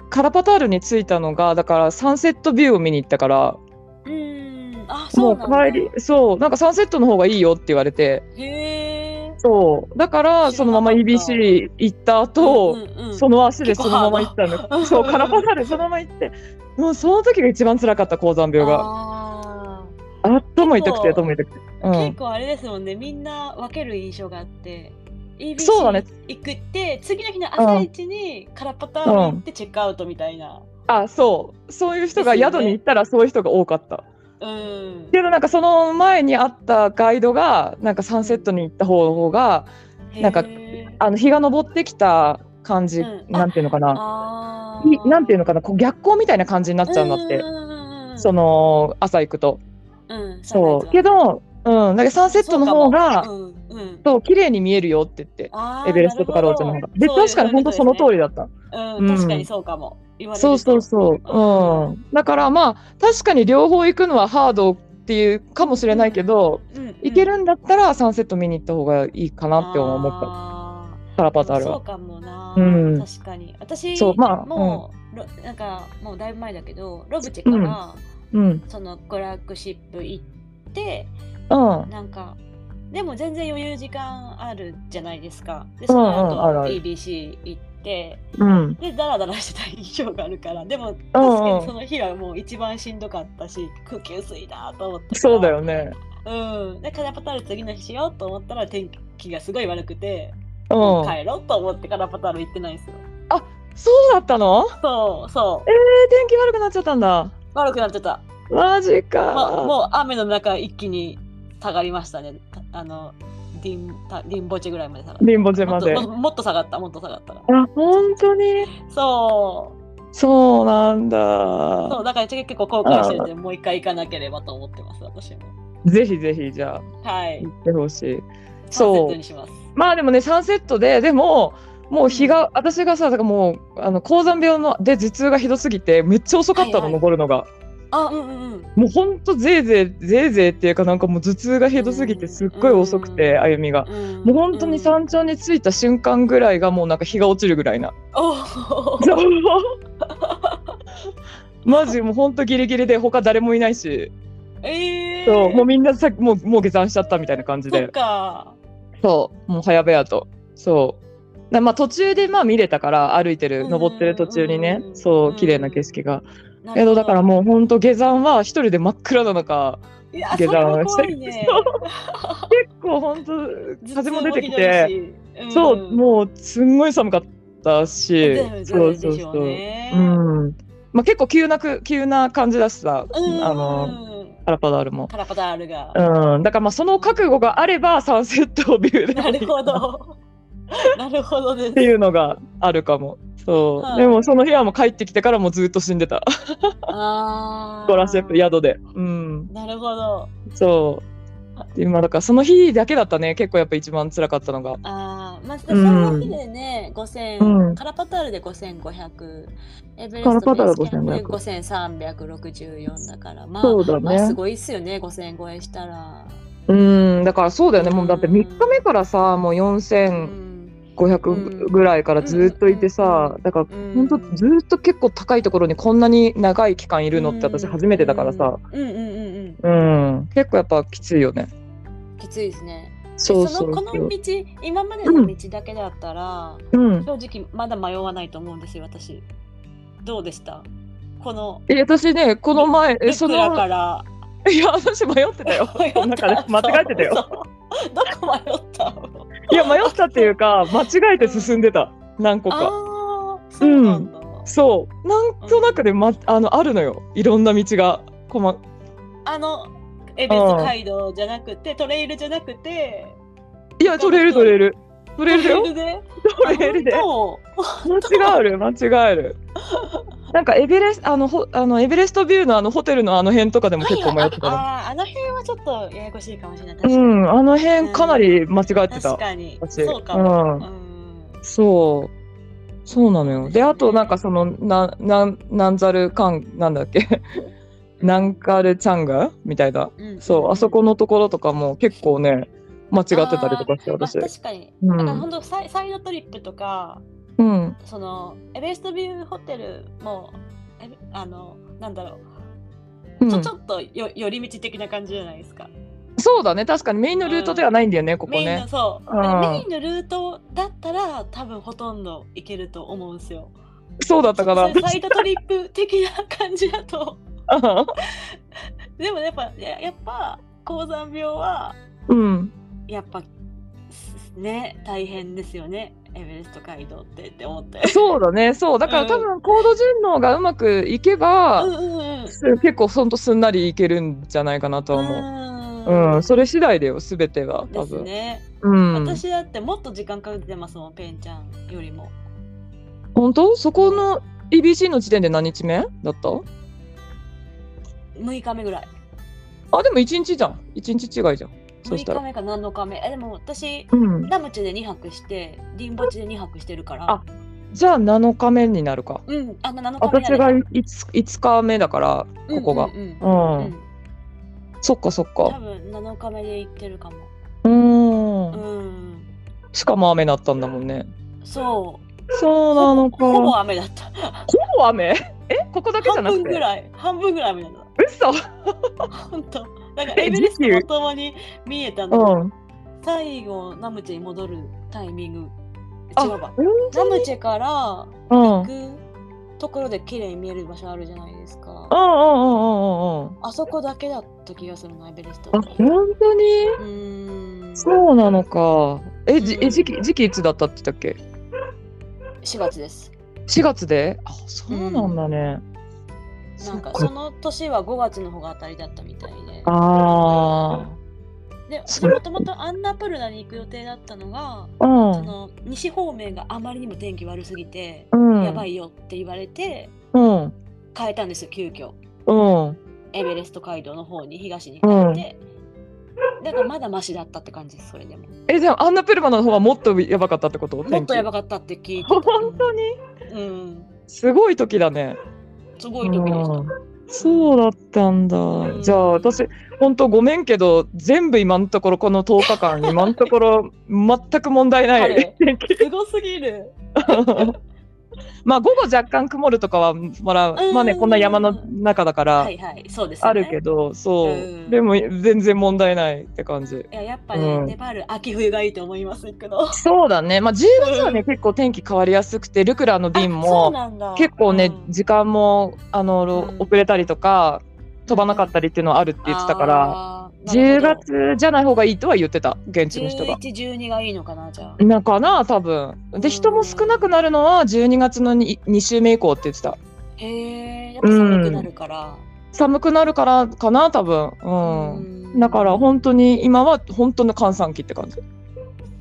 S1: カラパタールに着いたのが、だから、サンセットビューを見に行ったから、
S3: うんあそ
S1: も
S3: う
S1: う
S3: なんだ
S1: 帰り、そう、なんかサンセットの方がいいよって言われて、
S3: へえ
S1: そう。だから、そのまま
S3: 知らなかった
S1: EBC 行った後、
S3: うんうんうん
S1: その足でそのまま行ったんだ
S3: 結構ハー
S1: *laughs*
S3: ド
S1: そう、カラパタールそのまま行って、もうその時が一番辛かった、高山病が。
S3: あ
S1: あ頭痛くて、
S3: 結構
S1: 頭痛くて。う
S3: ー
S1: ん
S3: 結。構あれですもんねみんな分ける印象があって
S1: そうだ
S3: ABC
S1: ね
S3: 行くって、次の日の朝一にカラパターン行ってチェックアウトみたいな、
S1: あそうそういう人が
S3: ですよね
S1: 宿に行ったらそういう人が多かった、
S3: うん。
S1: けどなんかその前にあったガイドがなんかサンセットに行った方の方がなんか
S3: へー
S1: あの日が昇ってきた感じ、
S3: うん
S1: なんていうのかな
S3: あ
S1: いなんていう
S3: の
S1: のかなこう逆光みたいな感じになっちゃうんだって、その朝行くと。
S3: うん、
S1: そうけ
S3: ど
S1: ど、うん、なんかサンセットの方がそう、
S3: うんうん
S1: 綺麗に見えるよって言って。エベレストとかローチェの方が。で、確かに本当その通
S3: り、
S1: りだった。
S3: う、
S1: うんん
S3: 確かにそうかも。言われる
S1: そ
S3: と
S1: うそうそう。うん。だからまあ、確かに両方行くのはハードっていうかもしれないけど、
S3: うんうん
S1: 行けるんだったらサンセット見に行った方がいいかなって思った。
S3: あ
S1: パラ
S3: ー
S1: パタール
S3: そう
S1: は。
S3: かもな、
S1: うん
S3: 確かに私
S1: そうまあ
S3: もう、ロなんかもうだいぶ前だけどロブチから、
S1: うん。うん。
S3: その娯楽シップ行って
S1: うん
S3: なんかでも全然余裕時間あるじゃないですかでその後、
S1: うんあるある
S3: BBC 行って。
S1: うん。
S3: でダラダラしてた印象があるからでも確
S1: うん
S3: かにその日はもう一番しんどかったし空気薄いなと思ったから
S1: そうだよね。
S3: うんでカラパタール次の日しようと思ったら天気がすごい悪くて、
S1: うん。
S3: もう
S1: そう
S3: 帰ろうと思ってカラパタール行ってないんですよ
S1: だったのえ
S3: そうそう
S1: ー、天気悪くなっちゃったんだ。
S3: 悪くなってた、
S1: マジ
S3: ま、
S1: か。
S3: もう雨の中一気に下がりましたねたあのディンたディンボチェぐらいまで下がった
S1: リンボジェ
S3: も
S1: ま
S3: っと
S1: で。
S3: もっともっと下がったもっと下がったから
S1: あ、本当に
S3: そう
S1: そうなん
S3: そう
S1: だ。
S3: だから結構後悔してるんでもう一回行かなければと思ってます私も
S1: ぜひぜひ、じゃあ、
S3: はい
S1: 行ってほしい。
S3: そうセ
S1: そう
S3: ットにします
S1: まあでもねサンセットででももう日が、私がさだからもうあの高山病ので頭痛がひどすぎてめっちゃ遅かったの、
S3: はいはい
S1: 登るのが
S3: あうんうんうん
S1: もうほんとぜいぜいぜいぜいっていうかなんかもう頭痛がひどすぎてすっごい遅くて、
S3: うん
S1: 歩みが。
S3: うん
S1: もう本当に山頂に着いた瞬間ぐらいがもうなんか日が落ちるぐらいな。
S3: おー *laughs*
S1: マジもう本当ギリギリで他誰もいないし、
S3: えー、
S1: そうもうみんなさもうもう下山しちゃったみたいな感じ
S3: そっ
S1: で
S3: か
S1: そうもう早々とそうだまあ途中でまあ見れたから歩いてる
S3: うん
S1: 登ってる途中にね
S3: うん
S1: そううん綺麗な景色が
S3: なる
S1: け
S3: ほ
S1: どだからもうほんと下山は一人で真っ暗な中
S3: いや
S1: 下山
S3: そ
S1: し
S3: れ
S1: て
S3: も怖い
S1: 結
S3: ね
S1: 構ほんと風も出てき
S3: 頭
S1: て
S3: 痛もひどいしん
S1: そうもうすんごい寒かったし
S3: だよね
S1: そうそう
S3: でしょ
S1: そうう
S3: ね
S1: うんまあ結構急なく急な感じだしさ
S3: うん
S1: あのパラパダールも
S3: カラパタールが、
S1: うんだからまあその覚悟があればサンセットをビューで
S3: なる
S1: *laughs*
S3: ほどなるほどで
S1: っ
S3: す
S1: ていうのがあるかも。そう、
S3: はい
S1: でもその部屋も帰ってきてからもうずっと死んでた。
S3: あー
S1: ゴラシェフ宿で。うん。
S3: なるほど
S1: そう。で今だからその日だけだったね。結構やっぱ一番辛かったのが。
S3: あーまあそ
S1: うん
S3: の日でね5000、
S1: うん
S3: カラパタールで5500エベレ
S1: カ
S3: ス
S1: ラ
S3: ト
S1: パター
S3: ベー
S1: ル
S3: スキャンプで
S1: 5500
S3: 5364だからまあ
S1: そうだね
S3: まあすごいっすよね5000超えしたら
S1: うん。だからそうだよね。
S3: うん
S1: もうだって3日目からさ、もう4500
S3: うん
S1: ぐらいからずっといてさ、だから本
S3: 本
S1: 当ずっと結構高いところにこんなに長い期間いるのって私初めてだからさ。
S3: うんうんうんう
S1: う
S3: ん
S1: ん。結構やっぱきついよね。
S3: きついですね
S1: そうそう
S3: のこ
S1: そ
S3: の
S1: う。
S3: 道今までの道だけだったら、
S1: うん。
S3: 正直まだ迷わないと思うんですよ私どうでしたこの
S1: え私ねこの前え
S3: ル
S1: そ
S3: ク
S1: の
S3: ラから
S1: いや私迷ってたよ *laughs* この中で間違えてたよ
S3: そうそうどこ迷ったの
S1: いや迷ったっていうか間違えて進んでた何個か
S3: ああそうなんだ、
S1: そうなんとなくで、ま、あのあるのよいろんな道がこま
S3: あのエベス街道じゃなくてトレイルじゃなくて
S1: いや取れる取れる取れるよ
S3: で
S1: 取れるで
S3: そ
S1: 間違える間違えるなんかエベレスあのほあのエベレストビューのあのホテルのあの辺とかでも結構迷ってたの、
S3: あああの辺はちょっとややこしいかもしれない確か
S1: う
S3: に、
S1: んあの辺かなり間違えてた
S3: 確かに
S1: 私
S3: そうかも、
S1: うんそう。そうなのよ。で、あと、なんかその、な、なん、なんざるかん、なんだっけ。 *laughs* なんかるちゃんがみたいな。
S3: うんん
S1: そう、あそこのところとかも結構ね、間違ってたりとかして、
S3: まあ、
S1: 私。
S3: 確かに、
S1: うん
S3: だから本当サイサイドトリップとか
S1: うん。
S3: そのエベレストビューホテルもエベあのなんだろ
S1: う
S3: うちょ
S1: ん
S3: ち、ょっとよ寄り道的な感じじゃないですか、
S1: そうだね確かにメインのルートではないんだよね、ここ
S3: メインの
S1: ね
S3: そう、
S1: うん
S3: だからメインのルートだったら多分ほとんど行けると思うんですよ
S1: そうだったかな
S3: ちょっとサイドトリップ的な感じだと *laughs* でもやっぱややっぱ高山病は
S1: *laughs* うん
S3: やっぱすね大変ですよねエベレスト街道ってって思って。
S1: そうだね、そう。だから多分、高度順応がうまくいけば、
S3: うんうんうん
S1: す結構ほんとすんなりいけるんじゃないかなとは思う。うん、それ次第だよ、すべては、
S3: で
S1: 多
S3: す
S1: 分。
S3: ね。
S1: うん。
S3: 私だってもっと時間かけてますもん、ペンちゃんよりも。
S1: 本当そこの EBC の時点で何日目だった
S3: 6日目ぐらい。
S1: あ、でも1日じゃん。1日違いじゃん。そし
S3: 6
S1: た
S3: 日
S1: ら。
S3: 目か7日目。え、でも私、
S1: うん。
S3: ラムチで2泊して、リンボチで2泊してるから。
S1: あじゃあ7日目になるか。
S3: うん、あの7日目
S1: 私が 5, 5日目だから、ここが。
S3: うんうん
S1: う
S3: うん
S1: ん。
S3: うん
S1: そっかそっ
S3: 多
S1: か。
S3: 分7日目で行ってるかも。
S1: うーん。
S3: うん。
S1: しかも雨だったんだもんね。
S3: そう。
S1: そうなのか。
S3: ほぼ雨だった。
S1: ほぼ雨えここだけじゃ
S3: 半
S1: なく
S3: 分ぐ
S1: て
S3: らい。半分ぐらい雨だった。
S1: 嘘
S3: 本当。なんか
S1: え
S3: エベレスト
S1: 時給
S3: まともに見えたの。
S1: うん
S3: 最後、ナムチェに戻るタイミング。
S1: あ
S3: 違うわ。
S1: うん
S3: ナムチェから
S1: うん
S3: 行くところで綺麗に見える場所あるじゃないですか
S1: う。んうんうんうんうん
S3: あそこだけだった気がするな、エベレスト。
S1: あ
S3: う
S1: 本当に
S3: ーん。
S1: そうなのかえじ
S3: うん
S1: え時期時期いつだったって言ったっけ
S3: 4月です。
S1: 4月であそうなんだね、そ
S3: な
S1: っ
S3: んかその年は5月の方が当たりだったみたいで。
S1: あ
S3: で
S1: そう
S3: もともとアンナプルナに行く予定だったのが、
S1: あうん
S3: その西方面があまりにも天気悪すぎて、
S1: うん
S3: やばいよって言われて
S1: うん
S3: 変えたんですよ急遽
S1: うん
S3: エベレスト街道の方に東に変えて、だからまだマシだったって感じですそれでも
S1: えじゃあアンナプルマナの方がもっとやばかったってこと
S3: もっとやば
S1: かっ
S3: かったって聞いてた
S1: 本当に
S3: うん、うん
S1: すごい時だね
S3: すごい時でした、
S1: そうだったんだ。
S3: ん
S1: じゃあ私本当ごめんけど全部今のところこの10日間
S3: *laughs*
S1: 今のところ全く問題な
S3: 晴れ
S1: い天気。
S3: すごすぎる
S1: *laughs* まあ午後若干曇るとかはまあ
S3: うん
S1: まあねこんな山の中だから
S3: はいはいそうですよ
S1: あ
S3: ね
S1: るけど、そう、
S3: うん
S1: でも全然問題ないって感じ。
S3: いややっぱね、
S1: うん
S3: ネパール秋冬がいいと思います行くの
S1: そうだね。まあ10月はね、結構天気変わりやすくてルクラの便
S3: あそう
S1: も
S3: なんだ
S1: 結構ね、
S3: うん
S1: 時間もあの、
S3: うん
S1: 遅れたりとか飛ばなかったりっていうのはあるって言ってたから。
S3: あーな
S1: 10
S3: るほど
S1: 月じゃない方がいいとは言ってた現地の人が。
S3: 11、12がいいのかな、じゃあ。
S1: なかな多分で人も少なくなるのは12月の 2, 2週目以降って言ってた
S3: へえ、やっぱ寒くなるから。
S1: 寒くなるからかな多分うん、だから本当に今は本当の閑散期って感じ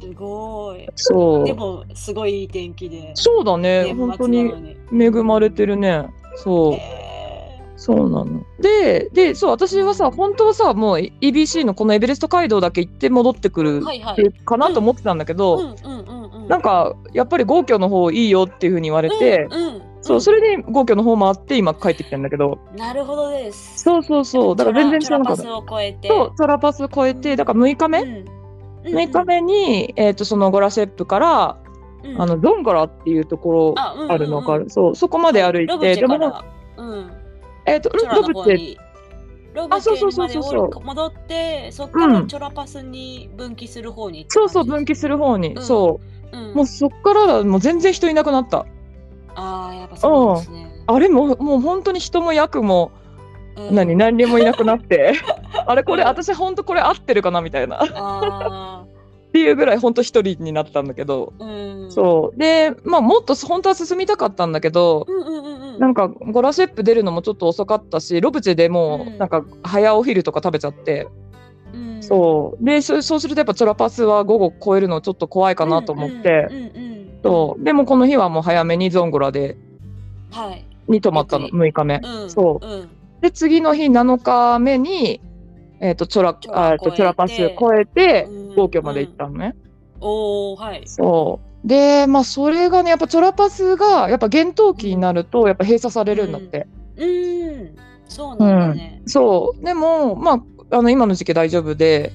S3: すごい。
S1: そう
S3: でも、すごいいい天気で。
S1: そうだね
S3: 年末な
S1: 本当
S3: の
S1: に恵まれてるねそう、
S3: へ
S1: そうなのででそう私はさ本当はさもう EBC のこのエベレスト街道だけ行って戻ってく
S3: ー
S1: る
S3: はいはい。
S1: かなと思ってたんだけど、
S3: うんうんうんうん。
S1: なんかやっぱり皇居の方いいよっていうふうに言われて、
S3: うんうん、
S1: そうそ
S3: れ。
S1: れで皇居の方もあって今帰ってきたんだけど
S3: なるほどです。
S1: そうそうそうだから全然知らなかった
S3: トラパスを越えて。
S1: そうトラパス越えてだから6日目、
S3: うん。
S1: 6日目に、えー、とそのゴラシェップから、
S3: うん、
S1: あのドンゴラっていうところ
S3: あ、うんうんうん
S1: あるのわかる、そうそこまで歩い
S3: ロ
S1: て
S3: ブチ
S1: で
S3: ェか
S1: も、
S3: ら。うん。
S1: えー、と
S3: チョラ
S1: ロ
S3: の
S1: ブ
S3: 方
S1: チェ
S3: に。ロブチ
S1: そうそう
S3: ェ
S1: そ
S3: ま
S1: う
S3: で
S1: そう
S3: 降り戻って、そっから
S1: うん
S3: チョラパスに分岐する方に行った
S1: そうそう
S3: 感
S1: 分岐
S3: じ
S1: する方に、
S3: うん
S1: そ
S3: うん
S1: うもうそっからだもう全然人いなくなった
S3: ああ、やっぱそうなんですね。
S1: あれもうもう本当に人も役も
S3: うん
S1: 何何にもいなくなって *laughs* あれこれ
S3: うん
S1: 私本当これ合ってるかなみたいなっ
S3: あ
S1: ていうぐらい本当一人になったんだけど
S3: あ、うん。
S1: そうでまあもっと本当は進みたかったんだけど
S3: う。んうんうんうん。
S1: なんかゴラシェップ出るのもちょっと遅かったしロブチェでも
S3: う
S1: うんなんか早お昼とか食べちゃって、
S3: うん
S1: そうでそそうするとやっぱチョラパスは午後超えるのちょっと怖いかなと思って、
S3: うんうんうん
S1: そうでもこの日はもう早めにゾンゴラで
S3: うん。はい。
S1: に泊まったの
S3: ゆっく
S1: 6日目、
S3: うん。。
S1: そう
S3: うん。
S1: で次の日7日目に、えー、とチョラ
S3: チョラ
S1: あーと
S3: 越えて
S1: チョラパス越えて皇居まで行ったのね。
S3: うん。おお、はい。
S1: そうでまあそれがねやっぱチョラパスがやっぱ厳冬期になるとやっぱ閉鎖されるんだって、
S3: うん。そうなんだね。
S1: そうでもまああの今の時期大丈夫で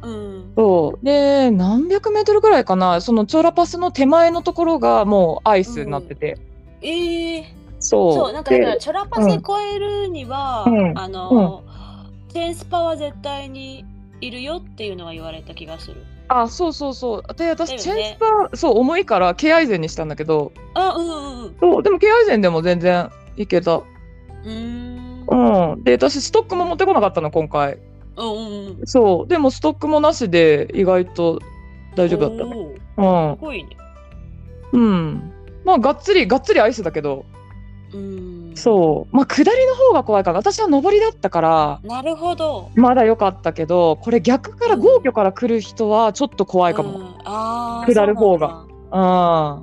S3: うん。
S1: そうで何百メートルぐらいかなそのチョラパスの手前のところがもうアイスになってて、
S3: ええ。
S1: そう
S3: そう、なんかだから
S1: で
S3: チョラパス越えるには
S1: うん、
S3: あの、チェーンスパは絶対にいるよっていうのは言われた気がする。
S1: あそうそうそうで
S3: だ
S1: 私
S3: よね
S1: チェーンスパーそう重いからケアイゼンにしたんだけど
S3: あ、うんうんうん。
S1: そうでもケアイゼンでも全然いけた
S3: うーん。
S1: うんで私ストックも持ってこなかったの今回
S3: うんうんうん。
S1: そうでもストックもなしで意外と大丈夫だったね
S3: おー
S1: うん
S3: すごいね。
S1: うん。まあ、がっつり、がっつりアイスだけど、
S3: うん
S1: そう。まあ、下りの方が怖いかな。私は上りだったから、
S3: なるほど
S1: まだ良かったけど、これ逆から、
S3: うん
S1: 豪居から来る人はちょっと怖いか
S3: う
S1: も。
S3: んあー
S1: 下る方がああ。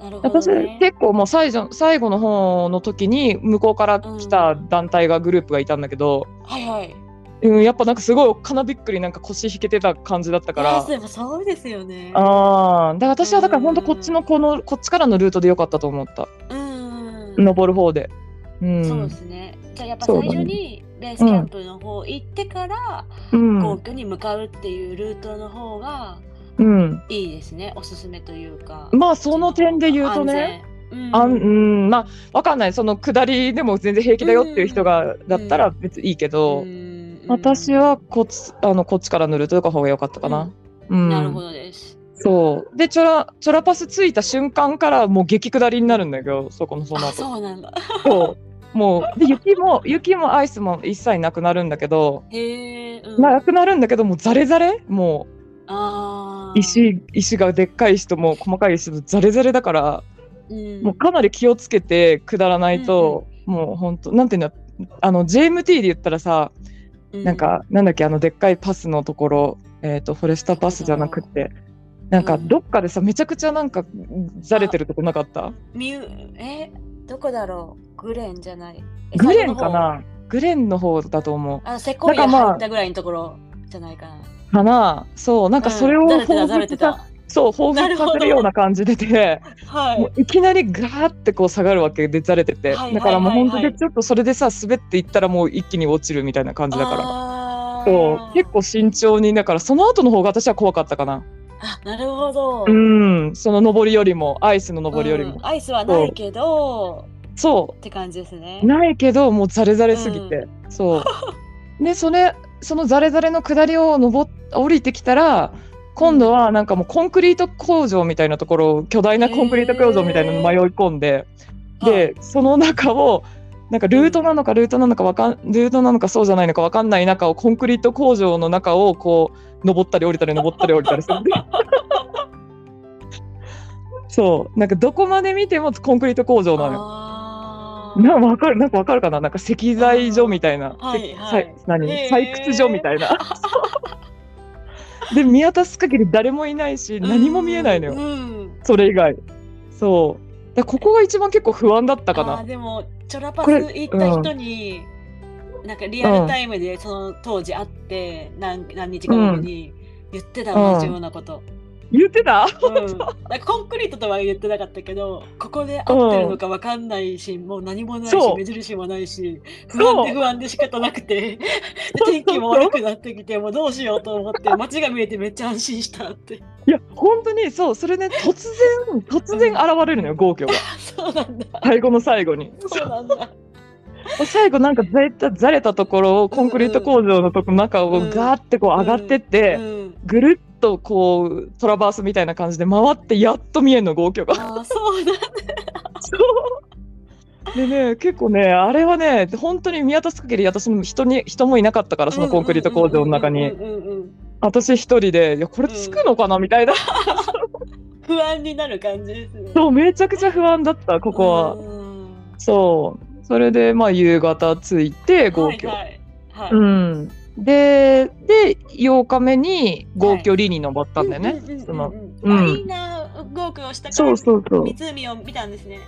S3: そうなんだなるほ
S1: 私
S3: ど、ね、
S1: 結構もう最後最後の方の時に向こうから来た団体がグループがいたんだけど、
S3: はいはい
S1: うん、やっぱなんかすごい金びっくりなんか腰引けてた感じだったか
S3: い
S1: ら
S3: やそういえばそうですよね
S1: あーだから私はだから
S3: うん
S1: 本当こっちのこのこっちからのルートでよかったと思った
S3: うん
S1: 登る方で、うん、
S3: そうですねじゃあやっぱ
S1: そう
S3: 最
S1: だね
S3: 初にベースキャンプの方行ってから
S1: うん
S3: 皇居に向かうっていうルートの方が
S1: うん、
S3: いいですねおすすめというか
S1: まあその点で言うとね
S3: 安全うん
S1: あんうんまあわかんないその下りでも全然平気だよっていう人が、だったら別にいいけど、
S3: うん
S1: 私はこっちあのこっちからのルートとか方が良かったかな、うん
S3: なるほどです
S1: そう。で、チョラ、チョラパス着いた瞬間からもう激下りになるんだけど、そこのその
S3: あ
S1: 後。
S3: そうなんだ
S1: そうもう、で、雪も、雪もアイスも一切なくなるんだけど、
S3: へえ、うん、
S1: なくなるんだけど、もうザレザレも
S3: あ
S1: う、
S3: ー、
S1: 石、石がでっかい石ともう細かい石とザレザレだから、
S3: うん、
S1: もうかなり気をつけて下らないと、もう本当なんていうの、あの、JMT で言ったらさ、
S3: うん
S1: なんか、なんだっけ、あの、でっかいパスのところ、えっ、と、フォレスタパスじゃなくて、なんか、
S3: うん
S1: どっかでさ、めちゃくちゃなんか、ざれてるとこなかった
S3: ミュえどこだろうグレンじゃないえ
S1: グレンか
S3: 最後の方
S1: なグレンの方だと思
S3: あセコイ
S1: な
S3: ア
S1: んかまあ
S3: 入ったぐらいのところじゃないかな
S1: う。かなそう、なんかそれを
S3: うん、
S1: 彷
S3: ざれてたざ
S1: 彿さ、
S3: れてた
S1: そう、彷彿させるような感じでて、
S3: は
S1: もういきなりガーってこう下がるわけで、ざれてて、
S3: はいはいはいはい
S1: だからもう本当でちょっとそれでさ、滑っていったらもう一気に落ちるみたいな感じだから。
S3: ら
S1: そう結構慎重にだからその後の方が私は怖かったかな
S3: あなるほど、
S1: うんその上りよりもアイスの上りより
S3: う
S1: も
S3: ん、アイスはないけど
S1: そ
S3: って感じですね
S1: うないけどもうザレザレすぎて、そうでそれそのザレザレの下りを上っ降りてきたら今度はなんかもうコンクリート工場みたいなところ巨大なコンクリート工場みたいなのに迷い込んで、でその中をなんかルートなのかルートなのかわかんルートなのかそうじゃないのかわかんない中をコンクリート工場の中をこう登ったり降りたり登ったり降りたり *laughs* するそうなんかどこまで見てもコンクリート工場なのよ。
S3: あー
S1: なわかるなんかわかるかななんか石材所みたいな、
S3: あー
S1: せ
S3: はい
S1: さ
S3: はい
S1: 何
S3: へー
S1: 採掘所みたい
S3: *laughs*
S1: なで見渡す限り誰もいないし何も見えないのよ、
S3: うん
S1: それ以外そうだからここが一番結構不安だったか
S3: あー
S1: な
S3: でもチョラパス
S1: これ
S3: 行った人に、なんかリアルタイムでその当時会って何何日か後に言ってた同じようなこと、
S1: 言ってた
S3: うんなんかコンクリートとは言ってなかったけどここで合ってるのか分かんないし、もう何もないし
S1: そう
S3: 目印もないし不
S1: そう
S3: 安で不安で仕方なくてで天気も悪くなってきてもうどうしようと思って街が見えてめっちゃ安心したって
S1: いや本当にそうそれね突
S3: *laughs*
S1: 然突然現れるのよ豪挙が
S3: そうなんだ
S1: 最後の最後に
S3: そうなんだ
S1: 最後なんかざれたざれたところをコンクリート工場のとこ中をガーってこう上がってって、
S3: うん
S1: ぐるっとこうトラバースみたいな感じで回ってやっと見えるの号泣が。
S3: ああそうだ
S1: そうでね結構ねあれはね本当に見渡す限り私も人に人もいなかったからそのコンクリート工場の中に
S3: うんうんうんうんうん
S1: 私一人でいやこれつくのかなみたいな、
S3: 不安になる感じですね。
S1: そうめちゃくちゃ不安だったここは、
S3: うん
S1: そうそれでまあ夕方着いて号泣、
S3: はいはいはい
S1: うんでで8日目に号泣リに登ったんだよね、
S3: うんうんうんうん
S1: その
S3: あ
S1: うん
S3: いいな、ゴークをしたから
S1: そうそうそう
S3: 湖を見たんですね。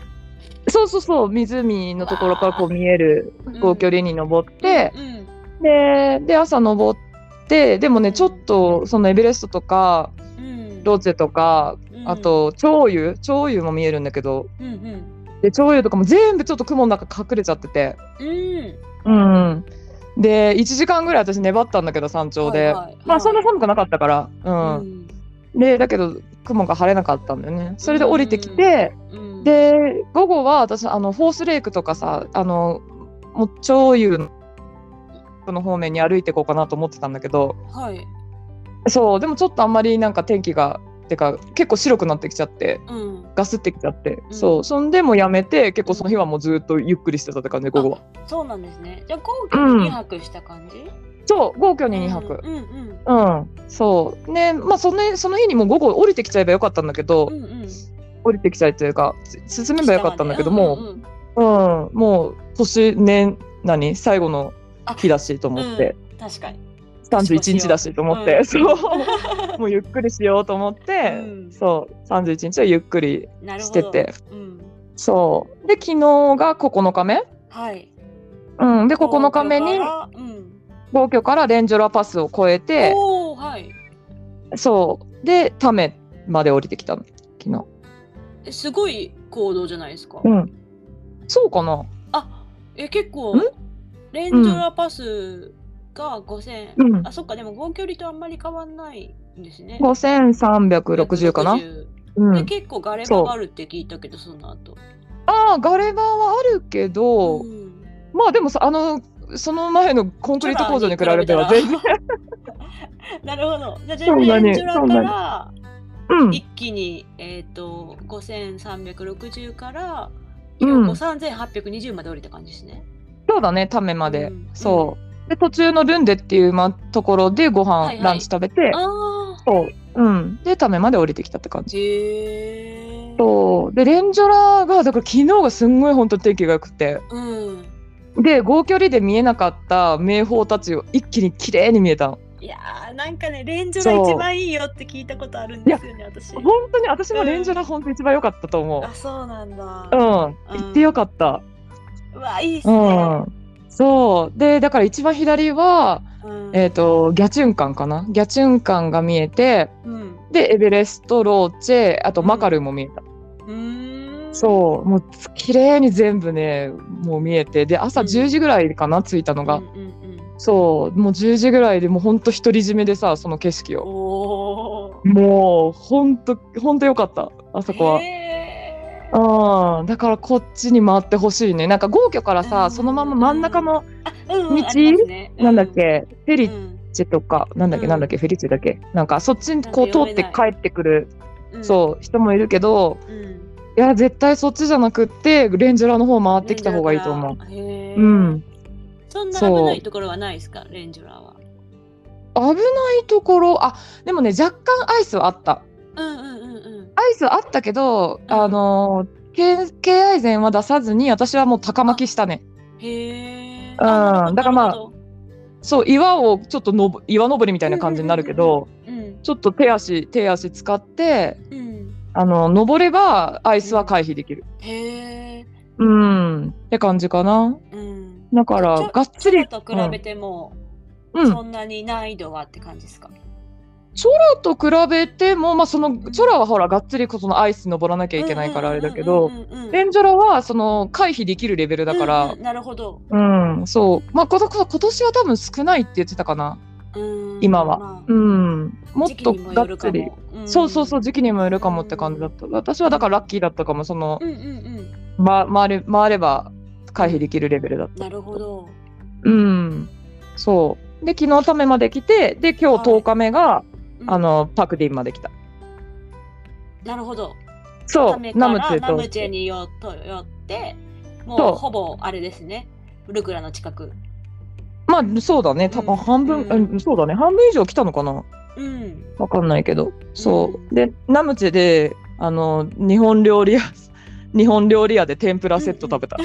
S1: そうそうそう湖のところからこう見える高距離に登って、
S3: うんうん
S1: でで朝登ってでもねちょっとそのエベレストとか
S3: うん
S1: ローチェとか
S3: うん
S1: あ、と長湯長湯も見えるんだけど
S3: うんうん
S1: で長湯とかも全部ちょっと雲の中隠れちゃってて、
S3: う
S1: う
S3: ん、
S1: ん、で1時間ぐらい私粘ったんだけど山頂で、
S3: はいはい
S1: まあそんな寒くなかったから、うん
S3: うん
S1: でだけど雲が晴れなかったんだよねそれで降りてきて、
S3: うん、
S1: で午後は私あのフォースレイクとかさあのもう超湯のその方面に歩いていこうかなと思ってたんだけど
S3: はい、
S1: そうでもちょっとあんまりなんか天気がてか結構白くなってきちゃって
S3: うん、
S1: ガスってきちゃって、
S3: うん
S1: そうそんでもうやめて結構その日はもうずっとゆっくりしてたって感じ午後は
S3: そうなんですね。じゃあゴークに二泊した感じ？
S1: そう皇居に2泊
S3: うんうん
S1: うん、そうねまあそのその日にもう午後降りてきちゃえばよかったんだけど、
S3: うんうん
S1: 降りてきちゃいというかつ進めばよかったんだけども、
S3: うんうんうん
S1: うん、もう年年何最後の日だしと思って、
S3: 確かに
S1: 31日だしと思って、
S3: うん
S1: そう
S3: *laughs*
S1: もうゆっくりしようと思って、
S3: うん
S1: そう31日はゆっくり
S3: なる
S1: し
S3: ほ
S1: て
S3: ど
S1: て
S3: うん
S1: そうで昨日が9日目、
S3: はい
S1: うん、で9日目に
S3: 皇居からうん
S1: 皇居からレンジョラパスを越えて
S3: おおはい
S1: そうでタメまで降りてきたの昨日、
S3: えすごい行動じゃないですか、
S1: うん、そうかな
S3: あえ結構
S1: ん
S3: レンジョラパスが5000、
S1: うん
S3: あそっかでも合距離とあんまり変わんないんですね
S1: 5360かな、
S3: 60
S1: う
S3: で
S1: ん、
S3: 結構ガレ
S1: そ
S3: バ
S1: う
S3: があるって聞いたけどその後
S1: ああガレバはあるけど、
S3: うん
S1: まあでもさあのその前のコンクリート工場に比べては
S3: 空に
S1: 全
S3: 比
S1: 然、 *laughs*
S3: なるほどじゃあ
S1: そんなに
S3: レンジョラから
S1: うん、
S3: 一気にえっ、と5360から
S1: うん
S3: 3820まで降りた感じですね、
S1: そうだねタメまで、
S3: うん
S1: そうで途中のルンデっていう、ま、ところでご飯、
S3: はいはい
S1: ランチ食べて
S3: ああ
S1: そう、うん、でタメまで降りてきたって感じ
S3: へえ
S1: そうでレンジョラがだから昨日がすんごい本当に天気が良くて
S3: うん
S1: で合距離で見えなかった名峰たちを一気に綺麗に見えたの
S3: いやーなんかねレンジョラ
S1: そう
S3: 一番いいよって聞いたことあるんですよね私
S1: 本当に私もレンジョラ本当一番良かったと思う
S3: あそうなんだ
S1: うん、
S3: うん
S1: 行ってよかった
S3: うわいいっす
S1: う
S3: ね、
S1: んそうでだから一番左は
S3: うん
S1: えー、とギャチュン館かなギャチュン館が見えて
S3: うん
S1: でエベレストローチェあとマカルも見えた、
S3: うーん
S1: そうもう綺麗に全部ねもう見えてで朝
S3: うん
S1: 10時ぐらいかな着いたのが、
S3: うんうんうん
S1: そうもう10時ぐらいでもうほんと独り占めでさその景色を
S3: おー
S1: もうほんとほんとよかったあそこは。
S3: へー
S1: うん、だからこっちに回ってほしいねなんか皇居からさ、
S3: うん
S1: そのまま真ん中の、
S3: あうんうん
S1: 道
S3: ありますね
S1: なんだっけフェ
S3: う
S1: リッ
S3: ん
S1: チェとか、なんだっけ
S3: うん
S1: なんだっけフェリッチェだっけなんかそっちにこう
S3: な
S1: 通
S3: んか読
S1: っ
S3: め
S1: て
S3: ない
S1: 帰ってくる
S3: うん
S1: そう人もいるけど
S3: うん
S1: いや絶対そっちじゃなくってレンジュラの方回ってきた方がいいと思
S3: レンジョラへ
S1: う。
S3: ー
S1: うん、
S3: そんな危
S1: そう
S3: ないところはないですかレンジョラは
S1: 危ないところあでもね若干アイスはあった
S3: うんうんうんうん
S1: アイスはあったけど、
S3: うん
S1: あのーけ敬愛膳は出さずに私はもう高巻きしたね
S3: へえ
S1: うんだからまあそう岩をちょっとのぼ岩登りみたいな感じになるけど、
S3: うん
S1: ちょっと手足手足使って
S3: うん
S1: あの登ればアイスは回避できる
S3: へえ
S1: うんって感じかな
S3: うん
S1: だから
S3: ちょ
S1: がっつり
S3: 空と比べても、
S1: うん
S3: そんなに難易度はって感じですか。
S1: と比べても、まあ、そのチョラはほらがっつりこうそのアイス登らなきゃいけないからあれだけど、
S3: うんうんうんうん
S1: レンジョラはその回避できるレベルだか
S3: うん
S1: ら
S3: う、んなるほど。
S1: うんそうまあことこと今年は多分少ないって言ってたかな、
S3: うん
S1: 今は
S3: ま
S1: う
S3: あ
S1: ん、もっ
S3: 時期
S1: と
S3: にも
S1: が
S3: よ
S1: っ
S3: るか
S1: つ
S3: も
S1: り、そうそうそう
S3: うん
S1: 時期にもよるかもって感じだった私はだからラッキーだったかもその、
S3: うんうん
S1: ま、回れ回れば回避できるレベルだっ
S3: うん。
S1: た
S3: なるほど。
S1: うんそうで昨日ためまで来てで今日10日目が、
S3: うん
S1: あ。のパクディンまで来た
S3: なるほど。
S1: そう
S3: 亀から
S1: ナムチェ
S3: ナム
S1: と
S3: チェによっとよって、
S1: そ
S3: も
S1: う
S3: うほぼあれですね。ルクラの近く。
S1: まあそうだね多分半分、
S3: うん
S1: うんそうだね半分以上来たのかな
S3: うん。
S1: わかんないけど、そうう。で、ナムチェで、あの、日本料理屋、 *laughs* 日本料理屋で天ぷらセット食べ
S3: *laughs*
S1: た。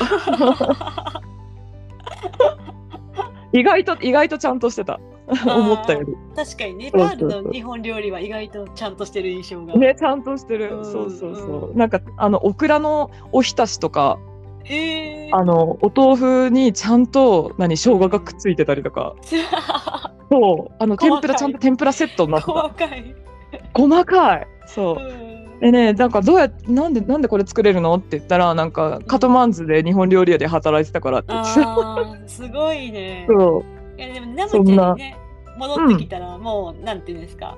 S1: 意外と、意外とちゃんとしてた。思ったより。
S3: 確かにネパールの日本料理は意外とちゃんとしてる印象が。
S1: ね、ちゃんとしてる。
S3: うん
S1: そうそうそうう。なんか、あの、オクラのおひたしとか、
S3: へえ。
S1: あの、お豆腐にちゃんと、何、生姜がくっついてたりとか。そう。あの、
S3: 細
S1: 天
S3: かい
S1: ぷら、ちゃんと天ぷらセットになってた。
S3: 細かい。
S1: 細かい。そうう。
S3: ん
S1: でねなんかどうやなんでなんでこれ作れるのって言ったらなんかカトマンズで日本料理屋で働いてたからって言ってた
S3: あーすごい
S1: *laughs*
S3: ね。
S1: そ
S3: いやでもナムチ
S1: そんな
S3: ェにね戻ってきたらもう、なんていうんですか、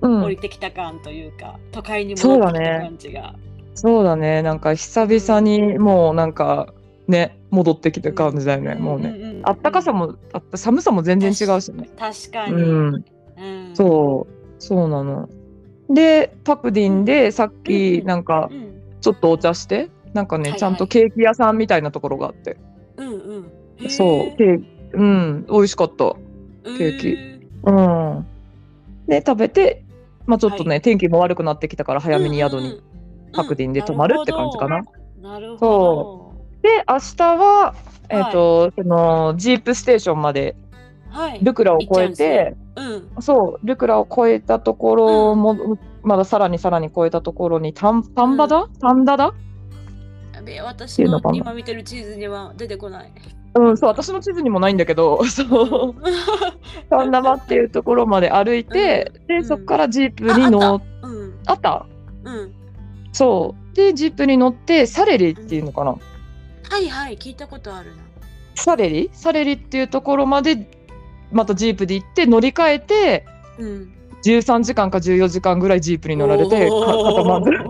S1: う、う
S3: 降
S1: ん
S3: り、てきた感というか都会に
S1: そう
S3: 戻
S1: だ
S3: ってき
S1: ね
S3: た感じが。
S1: そうだねなんか久々にもうなんかね戻ってきた感じだよね、もうね、
S3: んんんん
S1: あったかさもあった寒さも全然違うしね
S3: 確かに。
S1: うん
S3: うん
S1: そうそうなのでパクディンでさっ
S3: うん
S1: き
S3: うん
S1: なんか
S3: うん
S1: ちょっとお茶してなんかね、
S3: はいはい
S1: ちゃんとケーキ屋さんみたいなところがあって、
S3: うんうん。へー
S1: そうケーキうん美味しかったケーキ
S3: うん
S1: うん。で食べて、まあ、ちょっとね、天気も悪くなってきたから早めに宿に
S3: うん
S1: 白林で泊まるって感じかな。
S3: なる
S1: そ
S3: ほ
S1: で明日は、えーとそのジープステーションまで
S3: ど。はい。
S1: ルクラを越え
S3: 行っちゃうん
S1: て、
S3: うん。
S1: そうルクラを越えたところも、まださらにさらに越えたところにタンタンバダ、タンダダ、
S3: やべえ
S1: て
S3: 私
S1: いうの
S3: の
S1: かな
S3: 今見てる地図には出て
S1: *laughs*
S3: こない。
S1: うん、そう私の地図にもないんだけど *laughs* そうタンダバっていうところまで歩いて、で
S3: うん
S1: そこからジープに乗っ
S3: うん。
S1: あった
S3: うん。
S1: そうでジープに乗ってサレリっていうのかな、
S3: はいはい、聞いたことあるな。
S1: サレリサレリっていうところまでまたジープで行って乗り換えて
S3: うん。
S1: 13時間か14時間ぐらいジープに乗られてか固まる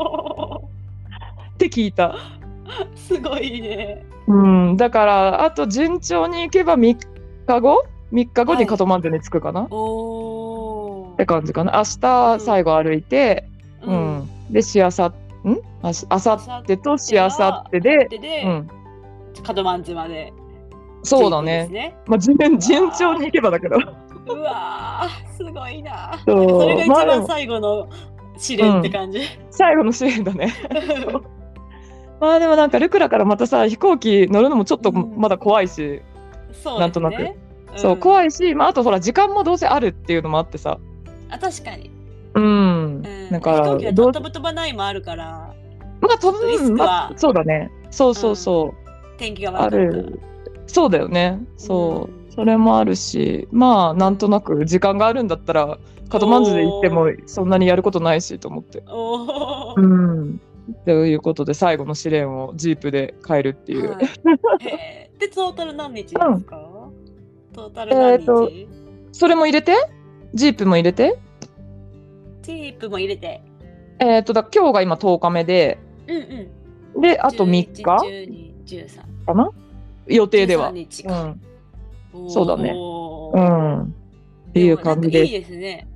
S1: って聞いた、
S3: *laughs* すごいね。
S1: うん、だからあと順調に行けば3日後3日後
S3: は
S1: に
S3: い
S1: カトマンズに着くかな、っ
S3: おお
S1: て。感じかな明日最後歩いて、う
S3: うんん。
S1: でしあさんあしあさってとしあさってで、
S3: でで、
S1: うん、
S3: カドマンズまで。
S1: そうだね
S3: ジープ
S1: まあ、順順調に行けばだけど
S3: ですね。うわー、すごいな。
S1: そう
S3: それが一
S1: まあでも
S3: 番最後の試練って感じ。
S1: 最後の試練だねまあでもなんかルクラからまたさ飛行機乗るのもちょっと
S3: うん
S1: まだ怖いし、
S3: *laughs* そう
S1: なんとなく
S3: ですね
S1: そう
S3: い。
S1: 怖いし、まあ、あとほら時間もどうせあるっていうのもあってさ
S3: あ確かに。
S1: うん、
S3: うん、
S1: だか
S3: 飛
S1: ら
S3: 行機は
S1: どう
S3: 飛ぶ飛ばないもあるから
S1: まあ飛ぶ
S3: リスクは
S1: まあ、そうだねそうそうそう、
S3: 天気が
S1: あ
S3: 悪い。
S1: るそうだよねそう、
S3: うん
S1: それもあるしまあなんとなく時間があるんだったらカトマンズで行ってもそんなにやることないしと思って
S3: おお
S1: う。んということで最後の試練をジープで帰るっていう、
S3: はいへーでトータル何日ですか？
S1: うん
S3: トータル何
S1: えー
S3: 日？
S1: とそれも入れてジープも入れて
S3: チープも入れて。
S1: えっ、とだ今日が今10日目で
S3: うんうん。
S1: であと3日
S3: 十二十三。
S1: かな予定では
S3: 13。日
S1: う
S3: か
S1: んそうだね
S3: お
S1: う
S3: ー
S1: ん、っていう感じ
S3: もなん
S1: で
S3: かいいですね。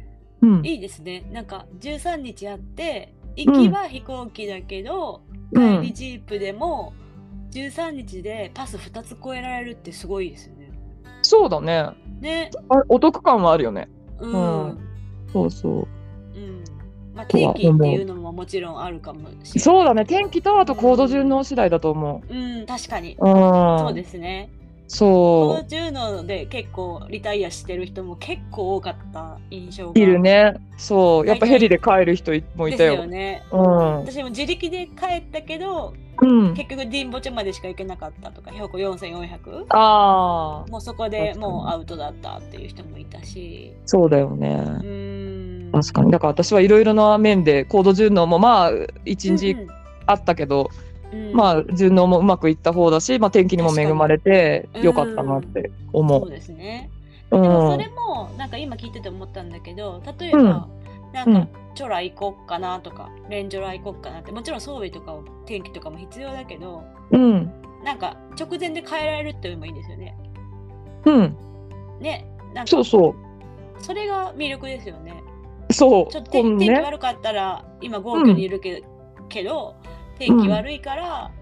S1: うん
S3: いいですね。なんか13日あって、行きは飛行機だけど、
S1: うん
S3: 帰りジープでも13日でパス2つ越えられるってすごいですよね。
S1: そうだねあ
S3: ね。
S1: お得感はあるよね
S3: うん。
S1: う
S3: うんん。
S1: そうそう
S3: まあ、
S1: とは
S3: 定
S1: 思う
S3: 期っていうのももちろんあるかもしれない。
S1: そうだね天気とあと行動順応次第だと思
S3: うん、確かに
S1: う。。うん、
S3: そうですね。こ
S1: そ
S3: の10ので結構リタイアしてる人も結構多かった印象
S1: う
S3: が。
S1: いるねそうやっぱヘリで帰る人もいた
S3: です
S1: よ
S3: よね。
S1: うん
S3: 私も自力で帰ったけど、
S1: うん
S3: 結局ディンボチェまでしか行けなかったとか標高4400
S1: ああ
S3: もうそこ
S1: 確
S3: で
S1: かに
S3: もうアウトだったっていう人もいたし
S1: そうだよね
S3: うーん
S1: 確かにだから私はいろいろな面で行動順応もまあ1日あったけど、
S3: うんうん
S1: まあ順応もうまくいった方だし、まあ、天気にも恵まれて
S3: 確かに
S1: よかったなって思
S3: そう
S1: う。
S3: ですね
S1: う
S3: で
S1: ん
S3: もそれもなんか今聞いてて思ったんだけど例えば、
S1: うん
S3: なんか、チョラ行こっかなとかレンジョラ行こっかなってもちろん装備とかを天気とかも必要だけど
S1: うん
S3: なんか直前で変えられるっていうのもいいんですよね
S1: うん、
S3: ねなんか
S1: そうそ
S3: それが魅力ですよね
S1: うそう
S3: ちょっと
S1: こん
S3: 天気
S1: ね、
S3: 悪かったら今豪雨にいるけ,、けど天気悪いから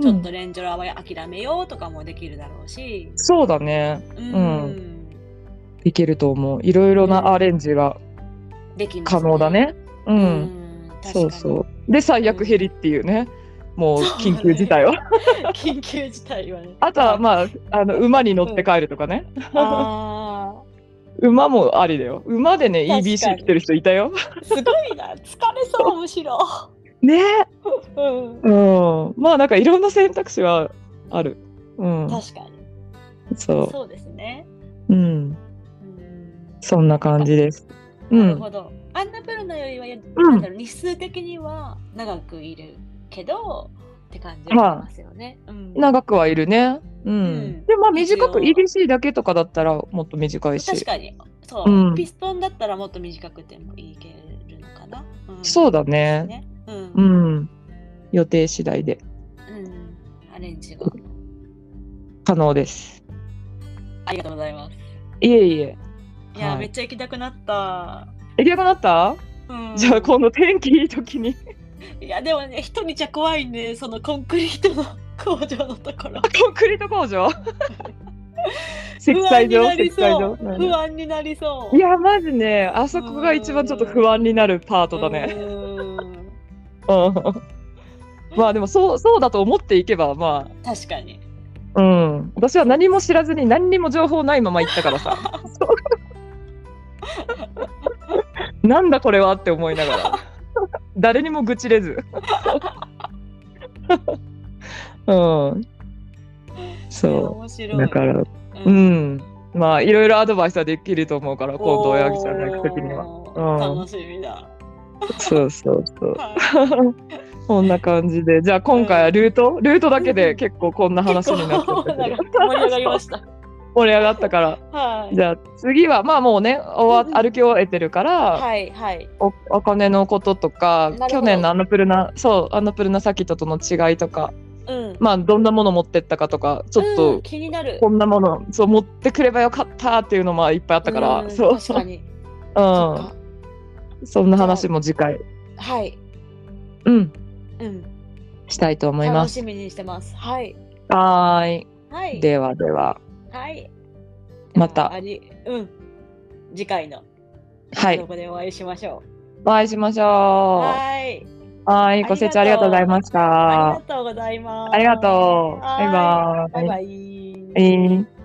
S3: ちょっとレンジョラは諦めようとかもできるだろうし
S1: うん、そうだね
S3: うん、
S1: いけると思ういろいろなアレンジが
S3: できます
S1: 可能だね。う、
S3: うんん、確か
S1: そ
S3: に
S1: うそうで最悪ヘリっていうね、もう緊急事態は、
S3: 緊急事態はね
S1: あとはまああの馬に乗って帰るとかね、
S3: あ
S1: 馬もありだよ馬でね
S3: 確かに
S1: EBC 来てる人いたよ
S3: ーすごいな疲れそうむしろ、
S1: ね
S3: う
S1: *laughs*
S3: ん、
S1: うんまあなんかいろんな選択肢はあるうん
S3: 確かに
S1: そう
S3: そうですね、
S1: うん、
S3: うん
S1: そんな感じです。う
S3: なる
S1: ん、
S3: ほどアンナプルナよりはや
S1: うん
S3: なんだろう日数的には長くいるけどって感じはしますよね、うん
S1: 長くはいるね。うん、
S3: うん
S1: でまあ短く
S3: 一応
S1: EDC だけとかだったらもっと短いし、
S3: 確かにそう、
S1: うん
S3: ピストンだったらもっと短くてもいけるのかな、うん
S1: そうだね
S3: ねうん
S1: う、ん、予定次第で
S3: うんアレンジが
S1: 可能です。
S3: ありがとうございます
S1: いえいえ。
S3: いや、
S1: はい
S3: めっちゃ行きたくなった、
S1: えきなくなった？
S3: うん、
S1: じゃあ今度天気いい時に。 *laughs*
S3: いやでもね一人じゃ怖いねそのコンクリートの工場のところ
S1: コンクリート工
S3: *laughs*
S1: 場。積
S3: 不安
S1: 載
S3: に
S1: 場
S3: なり
S1: 積載
S3: そ
S1: 場
S3: う。不安になりそう
S1: いやまずねあそこが一番ちょっと不安になるパートだね。
S3: うーん
S1: うんまあでもそうそうだと思っていけばま
S3: 確かに。
S1: あうん私は何も知らずに何にも情報ないまま行ったからさそうなんだこれはって思いながら誰にも愚痴れず *laughs* うんそ
S3: 面
S1: う
S3: 白い。
S1: だから
S3: う、
S1: うんんまあいろいろアドバイスはできると思うから今度親木ちゃんが行く時には
S3: は
S1: うん
S3: 楽しみだ。
S1: そうそうそう
S3: はい
S1: こんな感じで。じゃあ今回はルート、ルートだけで結構こんな *laughs* 話になっちゃったけど
S3: 結構なんか盛り上がりました。
S1: 盛り上がったから。
S3: *laughs* はい。
S1: じゃあ次は、まあもうね、
S3: う
S1: 終
S3: んう
S1: わ
S3: ん
S1: 歩き終えてるから、
S3: はいはい。
S1: お、お金のこととか
S3: るほ、ど
S1: 去年のアナプルナ、そう、アナプルナサキットとの違いとか、
S3: うん。
S1: まあどんなもの持ってったかとか、ちょっと、
S3: うん気になる。
S1: こんなもの、そう、持ってくればよかったっていうのもいっぱいあったから、
S3: うん
S1: そう、
S3: 確かに。そっ
S1: う
S3: か
S1: ん。そんな話も次回、
S3: はい。
S1: うん、
S3: うん。
S1: したいと思いま
S3: 楽
S1: す。
S3: しみにしてます。はい。
S1: はー
S3: はい。
S1: い。ではでは、
S3: はい。
S1: また
S3: あり、うん。次回の
S1: はい。
S3: ここでお会いしましょ
S1: お会いしまし
S3: う。
S1: ょ
S3: はい。
S1: う。はい、ご清聴ありがとうございまし
S3: あ
S1: た
S3: り。がとうございます。
S1: ありがとう。バイバ
S3: バイ
S1: イ。
S3: バイ。
S1: えー